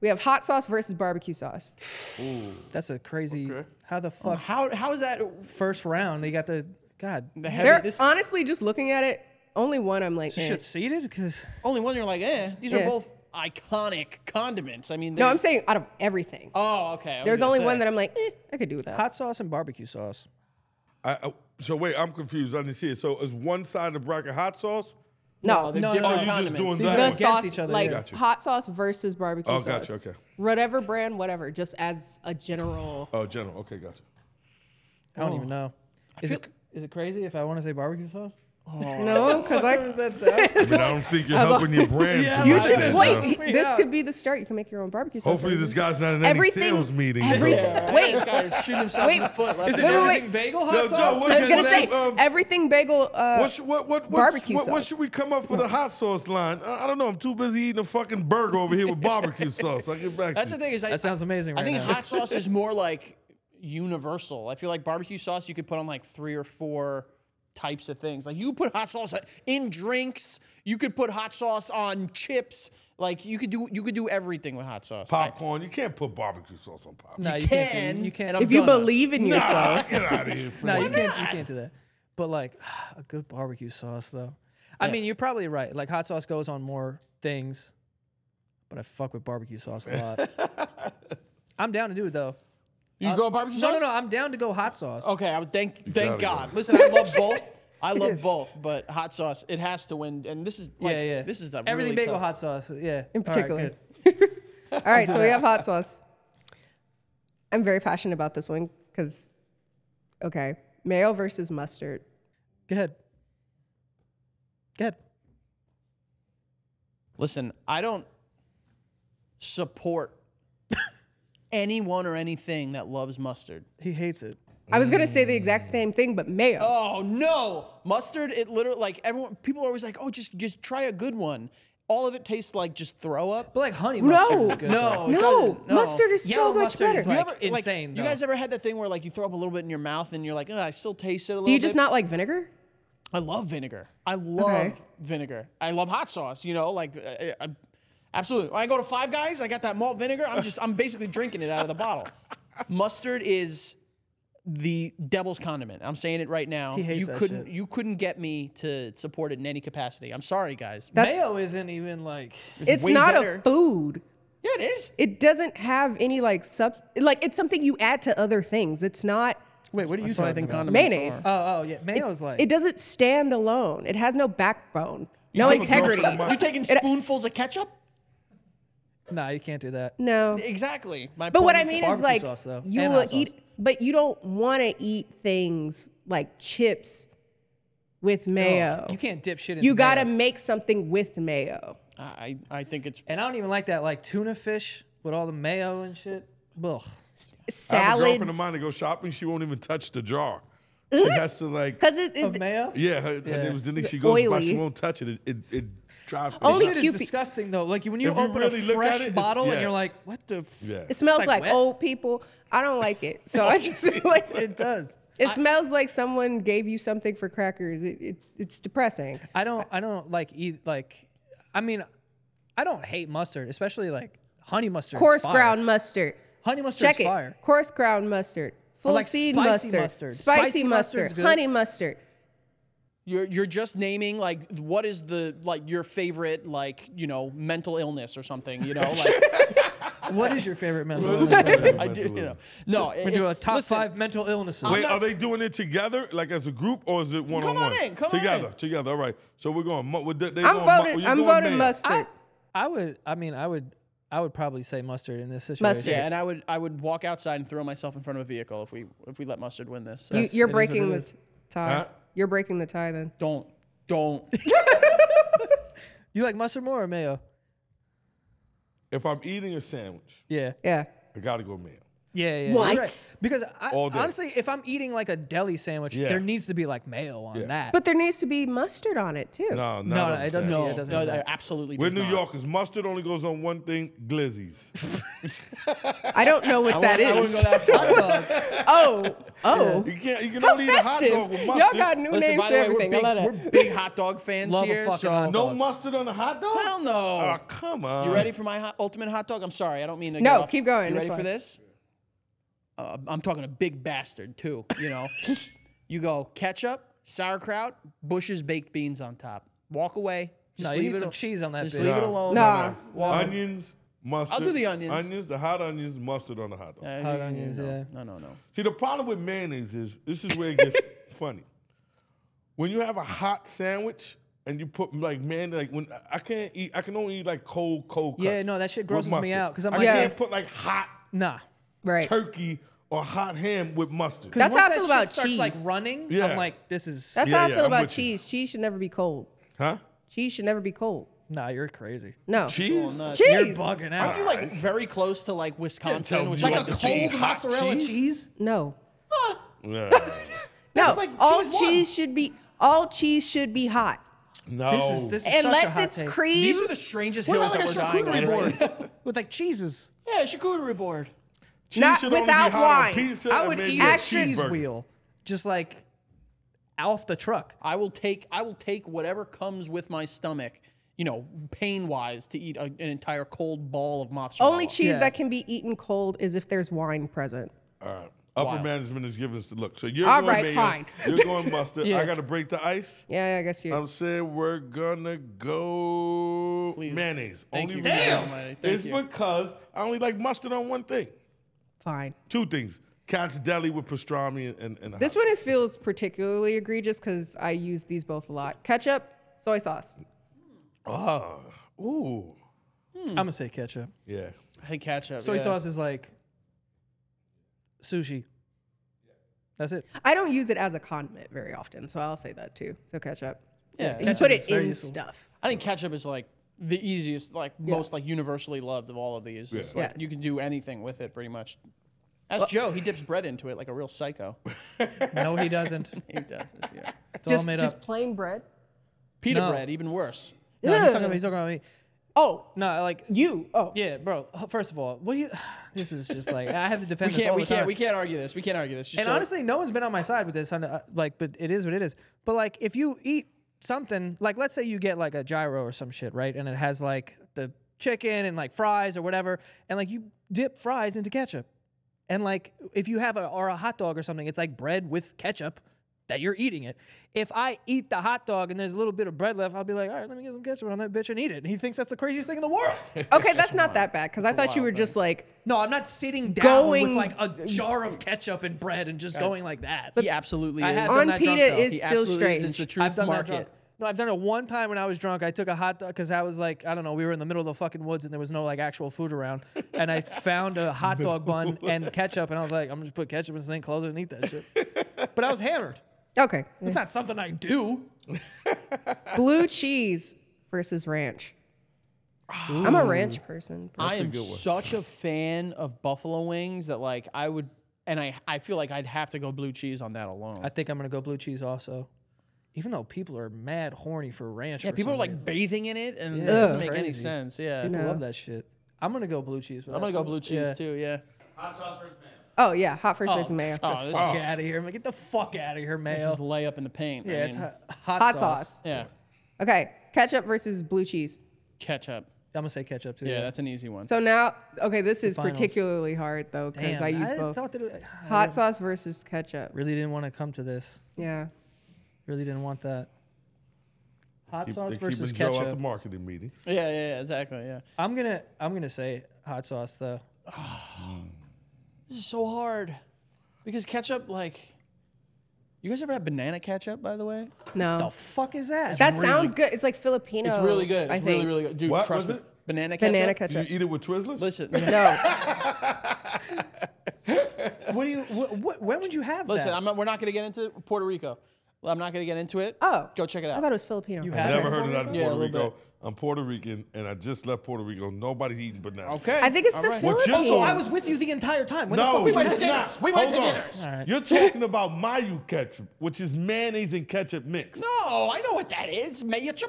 S6: we have hot sauce versus barbecue sauce.
S8: That's a crazy. How the fuck?
S7: How how is that
S8: First round, they got the God.
S7: Oh. the
S6: They're
S7: heavy? This
S6: honestly just looking at it. Only one I'm like.
S8: This
S6: eh.
S8: shit seated because
S7: only one you're like, eh. These
S6: Yeah.
S7: are both iconic condiments. I mean,
S6: No,
S7: they're-
S6: I'm saying out of everything.
S7: Oh, okay. I was
S6: There's
S7: gonna
S6: only
S7: say.
S6: one that I'm like, eh, I could do without.
S8: hot sauce and barbecue sauce.
S3: I, I, so wait, I'm confused. I didn't see it. So is one side of the bracket hot sauce?
S7: Oh,
S6: no,
S7: they're
S8: No, no,
S7: different
S8: no. Oh,
S3: you just
S7: condiments.
S3: doing
S7: These
S3: that
S7: are-
S6: the
S3: against
S6: sauce,
S8: each other,
S6: like
S8: yeah.
S3: Gotcha.
S6: hot sauce versus barbecue
S3: Oh,
S6: sauce.
S3: gotcha, okay.
S6: Whatever brand, whatever, just as a general.
S3: Oh, general. Okay, gotcha.
S8: I don't even know. Is it is it crazy if I want to say barbecue sauce?
S6: No, because I
S3: I mean, I don't think you're helping your brand. too
S6: You
S3: much
S6: should
S3: there,
S6: wait.
S3: though.
S6: he- This could be the start. You can make your own barbecue sauce.
S3: Hopefully, this guy's not in any
S6: Everything-
S3: sales meeting.
S6: every-
S3: bro.
S6: Wait.
S7: This guy is shooting himself in the
S6: Wait.
S7: foot. Left
S8: Is it
S7: and
S6: wait, wait.
S7: right.
S8: everything bagel hot
S3: Yo, Joe,
S8: sauce?
S3: what's
S6: I was gonna
S3: Because
S6: say
S3: they, um,
S6: everything bagel. Uh,
S3: What, should- what, what, what,
S6: Barbecue
S3: what, what
S6: sauce.
S3: should we come up for the hot sauce line? I, I don't know. I'm too busy eating a fucking burger over here with barbecue sauce. I'll get back
S7: That's
S3: to
S7: the
S3: you.
S7: thing is I,
S8: That sounds amazing
S7: I
S8: right
S7: think
S8: now.
S7: hot sauce is more like universal. I feel like barbecue sauce you could put on like three or four types of things. Like you put hot sauce in drinks. You could put hot sauce on chips. Like you could do you could do everything with hot sauce. I-
S3: Popcorn. You can't put barbecue sauce on popcorn.
S8: No, you can't. Do,
S7: can,
S8: you can't.
S7: and I'm
S6: if you
S7: gonna-
S6: believe in yourself,
S3: Nah, get out of here.
S8: No,
S3: Fred.
S8: you can't. You can't do that. But like a good barbecue sauce, though. I mean, you're probably right. Like hot sauce goes on more things, but I fuck with barbecue sauce a lot. I'm down to do it though.
S7: you go barbecue
S8: No,
S7: sauce.
S8: no, no. I'm down to go hot sauce.
S7: Okay, I would thank thank
S3: gotta go.
S7: God. Listen, I love both. I love both, but hot sauce it has to win. And this is like,
S8: yeah, yeah.
S7: This is the
S8: everything
S7: really
S8: bagel
S7: tough-
S8: hot sauce. Yeah,
S6: in
S8: All right,
S6: particular.
S8: good.
S6: All right, so we have hot sauce. I'm very passionate about this one because, okay, mayo versus mustard.
S8: Go ahead. Go ahead.
S7: Listen, I don't support anyone or anything that loves mustard.
S8: He hates it.
S6: I was gonna say the
S8: Mm.
S6: exact same thing, but mayo.
S7: Oh no, mustard! It literally like everyone. People are always like, "Oh, just just try a good one." All of it tastes like just throw up.
S8: But like honey mustard
S6: no,
S8: is good.
S7: No, it
S6: no,
S7: doesn't. No.
S6: mustard is
S8: Yellow
S6: so much
S8: mustard
S6: better.
S8: is
S6: Do you
S8: like-
S6: ever-
S7: Like,
S8: insane,
S7: you
S8: though.
S7: guys ever had that thing where like you throw up a little bit in your mouth and you're like, "Ugh, I still taste it a little
S6: do you
S7: bit."
S6: just not like vinegar?
S7: I love vinegar. I love
S6: Okay.
S7: vinegar. I love hot sauce. You know, like I, I, absolutely. When I go to Five Guys, I got that malt vinegar. I'm just I'm basically drinking it out of the bottle. Mustard is the devil's condiment. I'm saying it right now.
S8: He hates
S7: you
S8: that
S7: couldn't
S8: shit.
S7: you couldn't get me to support it in any capacity. I'm sorry, guys.
S6: That's
S8: Mayo isn't even like.
S6: it's
S7: way
S6: not
S7: better.
S6: a food.
S7: yeah, it is.
S6: It doesn't have any like sub. Like it's something you add to other things. It's not.
S8: Wait, what are you
S7: That's what I
S8: talking
S7: think
S8: about?
S7: condiments
S6: Mayonnaise.
S7: are.
S8: Oh, oh yeah, mayo's like.
S6: It doesn't stand alone. It has no backbone, no
S3: I'm a girl
S6: integrity.
S3: from my-
S7: You're taking spoonfuls of ketchup.
S8: Nah, you can't do that.
S6: No.
S7: Exactly. My
S6: But what
S7: point
S6: I
S7: is-
S6: mean is
S8: barbecue
S6: like
S8: sauce, though,
S6: you
S8: and
S6: will
S8: hot sauce.
S6: eat, but you don't want to eat things like chips with mayo.
S8: Oh, You can't dip shit in.
S6: You
S8: the
S6: gotta
S8: mayo.
S6: make something with mayo.
S7: I I think it's
S8: And I don't even like that like tuna fish with all the mayo and shit. Ugh.
S3: I have a girlfriend
S6: Salads.
S3: of mine to go shopping. She won't even touch the jar. She
S6: Mm-hmm.
S3: has to like.
S6: Because it,
S8: Of
S6: it-
S8: mayo.
S3: Yeah, her, her name was Denise. She goes by. She
S6: Oily.
S3: won't touch it. It it, it drives. me
S6: Only
S8: Shit
S3: nuts.
S8: is
S6: Cupid-
S8: disgusting though. Like when you
S3: If you
S8: open
S3: really
S8: a
S3: look at
S8: fresh
S3: it, it's-
S8: bottle
S3: yeah.
S8: and you're like, what the? F-?
S3: Yeah.
S6: it smells
S8: like
S6: like,
S8: wet.
S6: old people. I don't like it. So I just like
S8: It
S6: it.
S8: does.
S6: smells like someone gave you something for crackers. It, it, it's depressing.
S8: I don't. I don't like eat like. I mean, I don't hate mustard, especially like honey mustard. is
S6: Coarse
S8: fire.
S6: ground mustard.
S8: Honey mustard
S6: Check
S8: is
S6: it.
S8: fire.
S6: Coarse ground mustard. Full
S8: like
S6: seed
S8: spicy
S6: mustard,
S8: mustard.
S6: Spicy,
S8: Spicy mustard's
S6: mustard.
S8: good.
S6: Honey mustard.
S7: You're you're just naming like what is the like your favorite like you know mental illness or something you know like
S8: What is your favorite mental illness?
S7: I do you know no
S8: We
S7: it,
S8: do a
S7: it's,
S8: top
S7: listen,
S8: five mental illnesses.
S3: Wait,
S7: not
S3: are they
S7: s-
S3: doing it together, like as a group, or is it one on one?
S7: in, come on
S3: together,
S7: in.
S3: together. All right. So we're going. mu- we're- They, they
S6: I'm
S3: going, mu-
S6: voting.
S3: you're
S6: I'm
S3: going
S6: voting
S3: mayo.
S6: mustard.
S8: I, I would. I mean, I would. I would probably say mustard in this situation.
S6: Mustard.
S7: yeah and I would I would walk outside and throw myself in front of a vehicle if we if we let mustard win this So
S6: You,
S8: That's-
S6: you're
S8: it is what
S6: breaking
S8: it
S6: the
S8: is.
S6: t- tie.
S3: Huh?
S6: You're breaking the tie then.
S7: don't don't
S8: You like mustard more or mayo?
S3: If I'm eating a sandwich,
S8: Yeah.
S6: Yeah.
S3: I gotta go mayo.
S8: Yeah, yeah.
S6: What?
S8: you're right. Because I,
S3: All day.
S8: honestly, if I'm eating like a deli sandwich,
S3: Yeah.
S8: there needs to be like mayo on that.
S6: But there needs to be mustard on it too.
S3: No,
S8: no,
S3: no,
S8: no, it doesn't.
S7: No,
S8: it doesn't
S7: no,
S8: have that.
S7: that absolutely.
S3: We're
S7: does
S3: New
S7: not.
S3: Yorkers. Mustard only goes on one thing: glizzies.
S6: I don't know what that
S7: I
S6: is.
S7: wouldn't go that far.
S6: Oh, oh.
S3: You can't. You can
S6: How
S3: only eat a hot
S6: festive.
S3: dog with
S6: Y'all
S3: mustard.
S6: got new
S7: Listen,
S6: names
S7: by
S6: for
S7: the way, we're
S6: everything. I
S7: big,
S6: love that.
S7: we're big hot dog fans
S8: Love a
S7: here.
S8: fucking
S7: so
S8: hot
S3: no
S8: dog.
S3: mustard on a hot dog.
S7: hell no.
S3: Oh, come on.
S7: You ready for my hot, ultimate hot dog? I'm sorry, I don't mean to.
S6: No,
S7: get off-
S6: keep going,
S7: You ready
S6: it's
S7: for
S6: fine.
S7: this? Uh, I'm talking a big bastard too. You know, you go ketchup, sauerkraut, Bush's baked beans on top. Walk away. Just
S8: No, you
S7: leave
S8: need
S7: it
S8: some
S7: al-
S8: cheese on that
S7: Just
S8: bitch.
S7: leave it
S3: No.
S7: alone.
S6: Nah.
S3: Onions, mustard.
S7: I'll do the onions.
S3: Onions, the hot onions, mustard on the hot dog.
S7: Uh,
S8: Hot onions,
S7: no,
S8: yeah.
S7: No, no, no.
S3: See, the problem with mayonnaise is this is where it gets funny. When you have a hot sandwich and you put like man, like when I can't eat, I can only eat like cold, cold. Cuts
S8: Yeah, no, that shit
S3: with
S8: grosses me
S3: mustard.
S8: out, 'cause I'm
S3: I
S8: like-
S3: can't put like hot
S8: Nah.
S6: Right.
S3: turkey or hot ham with mustard.
S6: That's how I
S8: Once
S6: feel
S8: that
S6: about
S8: shit starts, like
S6: cheese.
S8: running.
S3: Yeah.
S8: I'm like, this is.
S6: That's
S3: Yeah,
S6: how I
S3: yeah,
S6: feel
S3: I'm
S6: about
S3: with you.
S6: cheese. Cheese should never be cold.
S3: Huh?
S6: Cheese should never be cold.
S8: nah, you're crazy.
S6: No.
S3: Cheese?
S7: Nuts.
S6: Cheese.
S8: You're bugging out.
S7: Aren't you like very close to like
S3: tell
S7: Wisconsin,
S3: me
S7: which
S3: you
S7: like
S3: want
S7: a
S3: to see
S7: cold
S3: hot
S7: mozzarella
S3: cheese?
S7: cheese?
S6: No.
S3: Yeah.
S6: No.
S7: like
S6: all
S7: choose one.
S6: cheese should be all cheese should be hot.
S3: No.
S8: This is this is such a
S6: Unless
S8: hot
S6: it's
S8: take.
S6: cream.
S7: These are the strangest
S8: What
S7: hills
S8: about like a
S7: that we're dying
S8: charcuterie
S7: on. right now.
S8: board with like cheeses?
S7: Yeah, charcuterie board.
S3: Cheese
S6: not
S3: should only be
S6: without
S3: hot on
S6: wine.
S3: pizza
S8: I
S3: and
S8: would
S3: maybe
S8: eat
S3: a
S8: a cheese
S3: cheeseburger.
S8: wheel, just like off the truck.
S7: I will take I will take whatever comes with my stomach, you know, pain wise, to eat a, an entire cold ball of mozzarella.
S6: Only cheese
S8: Oh, Yeah.
S6: that can be eaten cold is if there's wine present.
S3: All right. Upper management is giving us the look. So you're
S6: All
S3: going
S6: right,
S3: mayo,
S6: fine.
S3: You're going mustard.
S8: Yeah.
S3: I got to break the ice.
S6: Yeah, I guess you.
S3: I'm saying we're gonna go mayonnaise.
S7: Thank
S3: only
S7: you. Damn.
S3: reason
S7: Almighty. Thank
S3: is
S7: you.
S3: because I only like mustard on one thing,
S6: Fine.
S3: two things: Cat's Deli with pastrami and and.
S6: This one it feels particularly egregious because I use these both a lot. Ketchup, soy sauce.
S3: Oh, ooh,
S8: I'm gonna say ketchup.
S3: yeah.
S7: I think ketchup.
S8: Soy
S7: yeah.
S8: sauce is like sushi. That's it.
S6: I don't use it as a condiment very often, so I'll say that too. So ketchup.
S7: Yeah.
S6: You
S7: ketchup.
S6: put
S8: is
S6: it
S8: very
S6: in
S8: useful.
S6: stuff.
S7: I think ketchup is like the easiest, like most like universally loved of all of these. It's
S6: Yeah.
S7: like
S6: Yeah.
S7: you can do anything with it pretty much. Ask Joe. He dips bread into it like a real psycho.
S8: No, he doesn't.
S7: He does. Yeah.
S8: It's all made up.
S6: plain bread.
S7: Pita
S8: No.
S7: bread, even worse.
S8: No, he's talking about. He's talking about me.
S6: Oh,
S8: No, like
S6: you. Oh,
S8: yeah, bro. First of all, what do you? This is just like I have to defend
S7: We
S8: this
S7: can't.
S8: all
S7: We
S8: the time.
S7: can't. We can't argue this. We can't argue this. Just
S8: And
S7: so-
S8: honestly, no one's been on my side with this. I'm, uh, Like, but it is what it is. But like, if you eat something, like let's say you get like a gyro or some shit, right? And it has like the chicken and like fries or whatever, and like you dip fries into ketchup, and like if you have a or a hot dog or something, it's like bread with ketchup that you're eating it. If I eat the hot dog and there's a little bit of bread left, I'll be like, all right, let me get some ketchup on that bitch and eat it. And he thinks that's the craziest thing in the world.
S6: okay, that's not that bad because I thought you were just like.
S8: no, I'm not sitting down
S6: Going-
S8: with like a jar of ketchup and bread and just going like that.
S7: he absolutely
S8: I
S7: is.
S8: have
S6: On
S8: some that drunk,
S6: pita
S8: though.
S6: is
S7: He
S6: still
S7: absolutely is. It's
S6: strange.
S7: the truth
S8: I've done that
S7: market.
S8: drunk. No, I've done it one time when I was drunk. I took a hot dog because I was like, I don't know, we were in the middle of the fucking woods and there was no like actual food around, and I found a hot dog bun and ketchup, and I was like, I'm just put ketchup in this thing, close it, and eat that shit. But I was hammered.
S6: Okay,
S8: It's not something I do.
S6: blue cheese versus ranch.
S8: Ah.
S6: I'm a ranch person.
S7: I am such a fan of buffalo wings that like I would, and I I feel like I'd have to go blue cheese on that alone.
S8: I think I'm gonna go blue cheese also, even though people are mad horny for ranch.
S7: yeah,
S8: for
S7: people
S8: some
S7: are like
S8: reason.
S7: bathing in it, and it doesn't make any
S8: Crazy.
S7: sense. Yeah,
S8: people love that shit. I'm gonna go blue cheese.
S7: I'm gonna go blue cheese too. Yeah,
S6: Oh yeah, hot first versus mayo.
S7: oh, this
S8: Fuck out of here, man! Get the fuck out of here,
S7: is just
S8: mayo.
S7: lay up in the paint. I
S8: Yeah, it's
S7: mean,
S8: hot, hot,
S6: Hot sauce.
S7: Yeah,
S6: Okay, ketchup versus blue cheese.
S7: ketchup.
S8: I'm gonna say ketchup too.
S7: Yeah, that's an easy one.
S6: So now, okay, this is
S8: finals.
S6: particularly hard though because
S8: Damn,
S6: I use both.
S8: thought that it- I
S6: Hot sauce versus ketchup.
S8: Really didn't want to come to this.
S6: Yeah.
S8: Really didn't want that. Hot
S3: Keep-
S8: sauce
S3: they're
S8: versus
S3: keeping Joe out the
S8: ketchup.
S3: marketing meeting.
S7: yeah, yeah, yeah, exactly. Yeah,
S8: I'm gonna I'm gonna say hot sauce though.
S7: this is so hard because ketchup like. You guys ever had banana ketchup, by the way?
S6: No.
S8: The fuck is that?
S6: that sounds good. It's like Filipino.
S7: It's really good. It's
S6: I think.
S7: really, really good. Dude,
S3: What
S7: trust
S3: was
S7: me.
S3: it?
S7: Banana ketchup.
S6: Banana
S3: Do you
S6: ketchup.
S3: eat it with Twizzlers?
S7: Listen,
S6: no.
S8: what do you what, what when would you have
S7: Listen,
S8: that?
S7: I'm not, we're not going to get into Puerto Rico. Well, I'm not going to get into it.
S6: Oh.
S7: Go check it out.
S6: I thought it was Filipino.
S8: you
S3: I've
S8: have
S3: never
S8: it?
S3: heard of that in
S7: Yeah, a
S3: Puerto
S7: little
S3: Rico.
S7: bit.
S3: I'm Puerto Rican, and I just left Puerto Rico. Nobody's eating bananas.
S7: Okay.
S2: I think it's the
S7: All right.
S2: Philippines.
S3: Well,
S8: So Oh, I was with you the entire time. When the
S3: No,
S8: fuck we went
S3: it's
S8: to dinner?
S3: not.
S8: We went to
S3: Hold on.
S8: dinner.
S3: You're talking about mayo ketchup, which is mayonnaise and ketchup mix.
S7: No, I know what that is. Mayochup.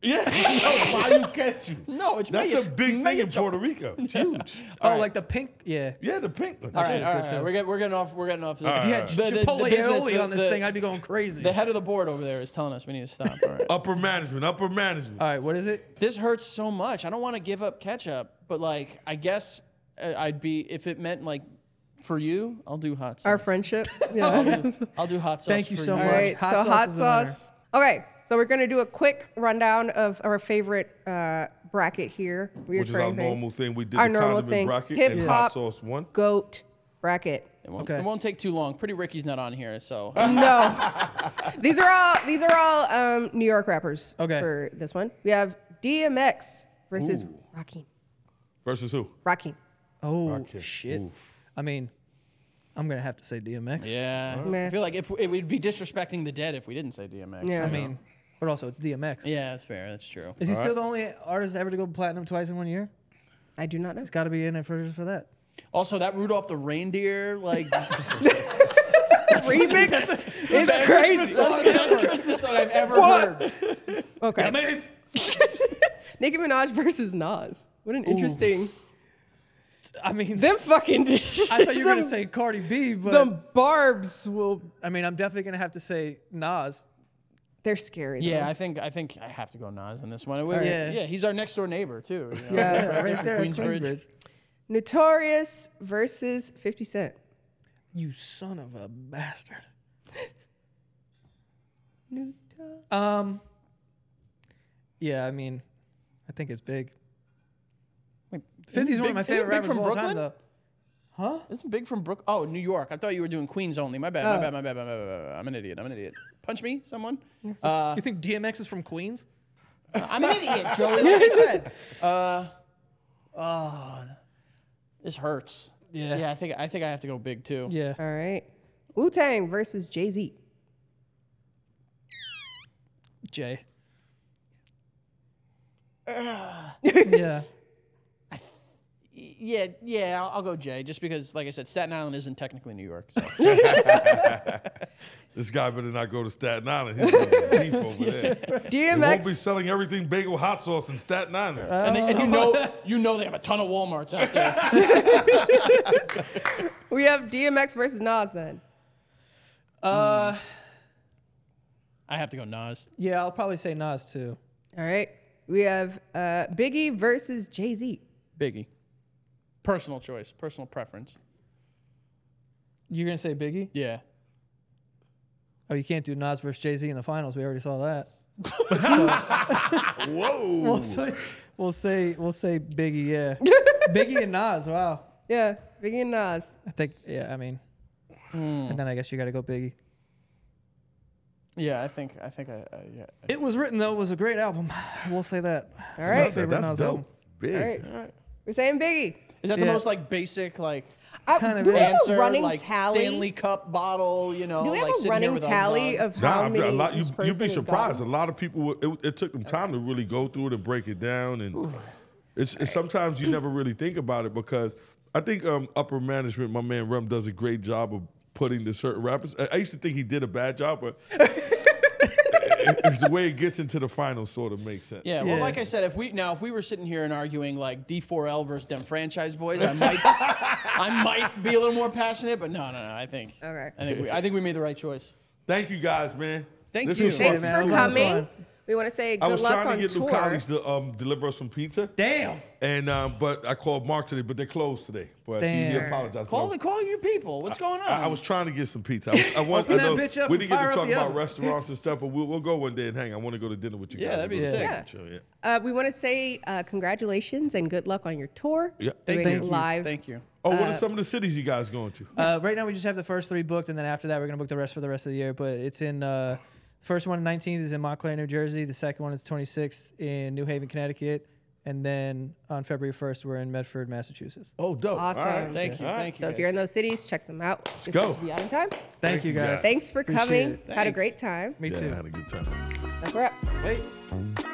S3: Yes, no, mayo ketchup.
S7: No, it's
S3: that's
S7: mayo-
S3: a big thing in
S7: mayo-
S3: Puerto Rico. It's huge.
S8: Oh, like the pink. Yeah.
S3: Yeah, the pink one.
S7: All right, all
S8: good
S7: right, all right.
S8: too.
S7: We're, getting, we're getting off. We're getting off.
S3: If you
S8: Yeah,
S3: had
S8: Chipotle aioli on this thing, I'd be going crazy.
S7: The head of the board over there is telling us we need to stop. All right.
S3: Upper management, upper management.
S8: All right, what is it?
S7: this hurts so much. I don't want to give up ketchup, but like, I guess uh, I'd be if it meant like for you, I'll do hot sauce.
S6: Our friendship.
S7: I'll, do, I'll do hot sauce.
S8: Thank you
S7: for
S8: so
S7: you.
S8: much.
S6: All right,
S8: Hot
S6: so
S8: sauce
S6: hot
S8: is the winner.
S6: sauce. Okay, so we're gonna do a quick rundown of our favorite uh, bracket here. Reoccurring
S3: Which is our
S6: thing.
S3: normal thing. We did
S6: Our
S3: the
S6: normal
S3: condiment
S6: thing.
S3: bracket
S6: Hip
S3: and
S6: hop.
S3: hot sauce one.
S6: goat bracket.
S7: It won't,
S8: Okay.
S7: it won't take too long. Pretty Ricky's not on here, so
S6: No, these are all these are all um, New York rappers.
S8: Okay.
S6: for this one we have DMX versus
S3: Ooh.
S6: Rakim.
S3: Versus who?
S6: Rakim.
S8: Oh
S3: Okay.
S8: shit.
S3: Oof.
S8: I mean, I'm gonna have to say DMX.
S7: yeah. I
S6: Meh.
S7: feel like if it would be disrespecting the dead if we didn't say DMX.
S6: Yeah.
S8: I mean, but also it's DMX.
S7: yeah, that's fair. That's true.
S8: Is he still the only artist ever to go platinum twice in one year?
S6: I do not know.
S8: It's got to be in it for just for that.
S7: Also, that Rudolph the reindeer, like
S6: Remix is crazy.
S7: That's the best Christmas song I've ever heard.
S6: Okay. Nicki Minaj versus Nas. What an interesting.
S8: I mean,
S6: Them fucking.
S8: I thought you were gonna say Cardi B, but
S6: Them barbs will.
S8: I mean, I'm definitely gonna have to say Nas.
S6: They're scary.
S7: Yeah,
S6: though.
S7: I think I think I have to go Nas on this one.
S8: Yeah.
S7: Yeah, yeah, he's our next door neighbor too. you know?
S8: Yeah, right
S7: from
S8: there, at
S7: Queensbridge.
S8: Queensbridge.
S6: Uh, Notorious versus 50 Cent.
S8: You son of a bastard.
S6: Noto-
S8: Um. Yeah, I mean, I think it's big. Fifty's one
S7: Big-
S8: of my favorite rappers
S7: isn't Big from
S8: of all time,
S7: Brooklyn?
S8: though.
S7: Isn't Big from Brook? Oh, New York. I thought you were doing Queens only. My bad. My bad. My bad. My bad. My bad, my bad. I'm an idiot. I'm an idiot. Punch me, someone. Uh,
S8: You think DMX is from Queens?
S7: I'm an idiot, Joey. Like I said. Uh, oh, this hurts.
S8: Yeah.
S7: Yeah, Uh, I think I think I have to go Big too.
S8: Yeah.
S6: All right. Wu Tang versus Jay Z.
S8: Jay. yeah.
S7: Yeah, yeah. I'll, I'll go Jay, just because, like I said, Staten Island isn't technically New York. So.
S3: This guy better not go to Staten Island. He's gonna beef over there. They won't be
S6: DMX.
S3: selling everything bagel hot sauce in Staten Island.
S7: and, they, and you know, you know, they have a ton of WalMarts out there.
S6: We have DMX versus Nas then.
S7: I have to go Nas.
S8: Yeah, I'll probably say Nas too.
S6: All right. We have uh, Biggie versus Jay Z.
S7: Biggie. Personal choice. Personal preference.
S8: You're gonna say Biggie?
S7: Yeah.
S8: Oh, you can't do Nas versus Jay Z in the finals. We already saw that.
S3: Whoa.
S8: We'll say, we'll say, we'll say Biggie. Yeah, Biggie and Nas. Wow.
S6: Yeah, Biggie and Nas.
S8: I think. Yeah, I mean, and then I guess you got to go Biggie.
S7: Yeah, I think I think I, I yeah.
S8: It was written though. It was a great album. We'll say that.
S6: All right.
S3: That-
S8: Favorite
S3: that's
S8: Nas
S3: dope.
S8: album.
S3: Big.
S6: All right. We're saying Biggie.
S7: Is that
S8: Yeah.
S7: the most like basic like
S6: I,
S8: Kind of
S6: do we have a
S7: answer
S6: running
S7: like
S6: tally?
S7: Stanley Cup bottle? You know,
S6: do we have
S7: like
S6: a
S7: sitting here
S6: running
S7: with um,
S6: tally
S7: Elton John?
S6: of how
S3: Nah, I'm-
S6: many?
S3: a lot,
S6: each
S3: you,
S6: person
S3: you'd be
S6: has gotten?
S3: surprised. A lot of people, were- it, it took them time to really go through it and break it down. And it's, it's sometimes you never really think about it because I think um, upper management, my man Rem, does a great job of putting the certain rappers. I, I used to think he did a bad job, but the way it gets into the finals sort of makes sense.
S7: yeah, well, like I said, if we now if we were sitting here and arguing like D4L versus them franchise boys, I might I might be a little more passionate, but no, no, no. I think
S6: Okay.
S7: I think we, I think we made the right choice.
S3: Thank you guys, man.
S7: Thank
S3: This
S7: you.
S3: was fun.
S6: Thanks
S8: man,
S6: for
S8: that was a lot of
S6: coming.
S8: fun.
S6: We want to say
S3: I was
S6: good luck
S3: trying
S6: on
S3: to get
S6: tour.
S3: Lucalis to um, deliver us some pizza.
S8: Damn.
S3: And um, but I called Mark today, but they're closed today. But he, he
S8: Damn.
S3: apologized.
S7: Call the call your people. What's going on?
S3: I, I was trying to get some pizza. I, was, I want.
S8: Open
S3: I know
S8: that bitch up
S3: we
S8: and
S3: didn't get
S8: fire
S3: to
S8: up
S3: talk
S8: the
S3: about
S8: oven.
S3: restaurants and stuff, but we'll, we'll go one day and hang. I want to go to dinner with you
S7: Yeah,
S3: guys.
S7: that'd be
S3: We'll
S7: sick.
S3: go
S7: Yeah.
S3: chill, yeah.
S6: Uh, we want to say uh, congratulations and good luck on your tour.
S3: Yeah.
S6: Doing
S8: Thank
S6: it
S8: you.
S6: live.
S7: Thank you.
S3: Oh, what are some of the cities you guys going to?
S8: Uh, right now we just have the first three booked, and then after that we're gonna book the rest for the rest of the year. But it's in uh, first one 19th is in Montclair, New Jersey. The second one is 26th in New Haven, Connecticut, and then on February 1st we're in Medford, Massachusetts.
S3: Oh, dope.
S6: Awesome.
S3: All right.
S7: Thank you.
S3: All right.
S7: Thank you.
S6: So if you're in those cities, check them out. Let's
S3: go.
S6: Be out in time.
S8: Thank, you guys.
S3: guys.
S6: Thanks for
S8: Appreciate
S6: coming.
S8: it.
S6: Had a
S7: Thanks.
S6: great time.
S8: Me
S3: Yeah, I
S8: too.
S3: had a good time.
S6: That's a wrap.
S8: Wait.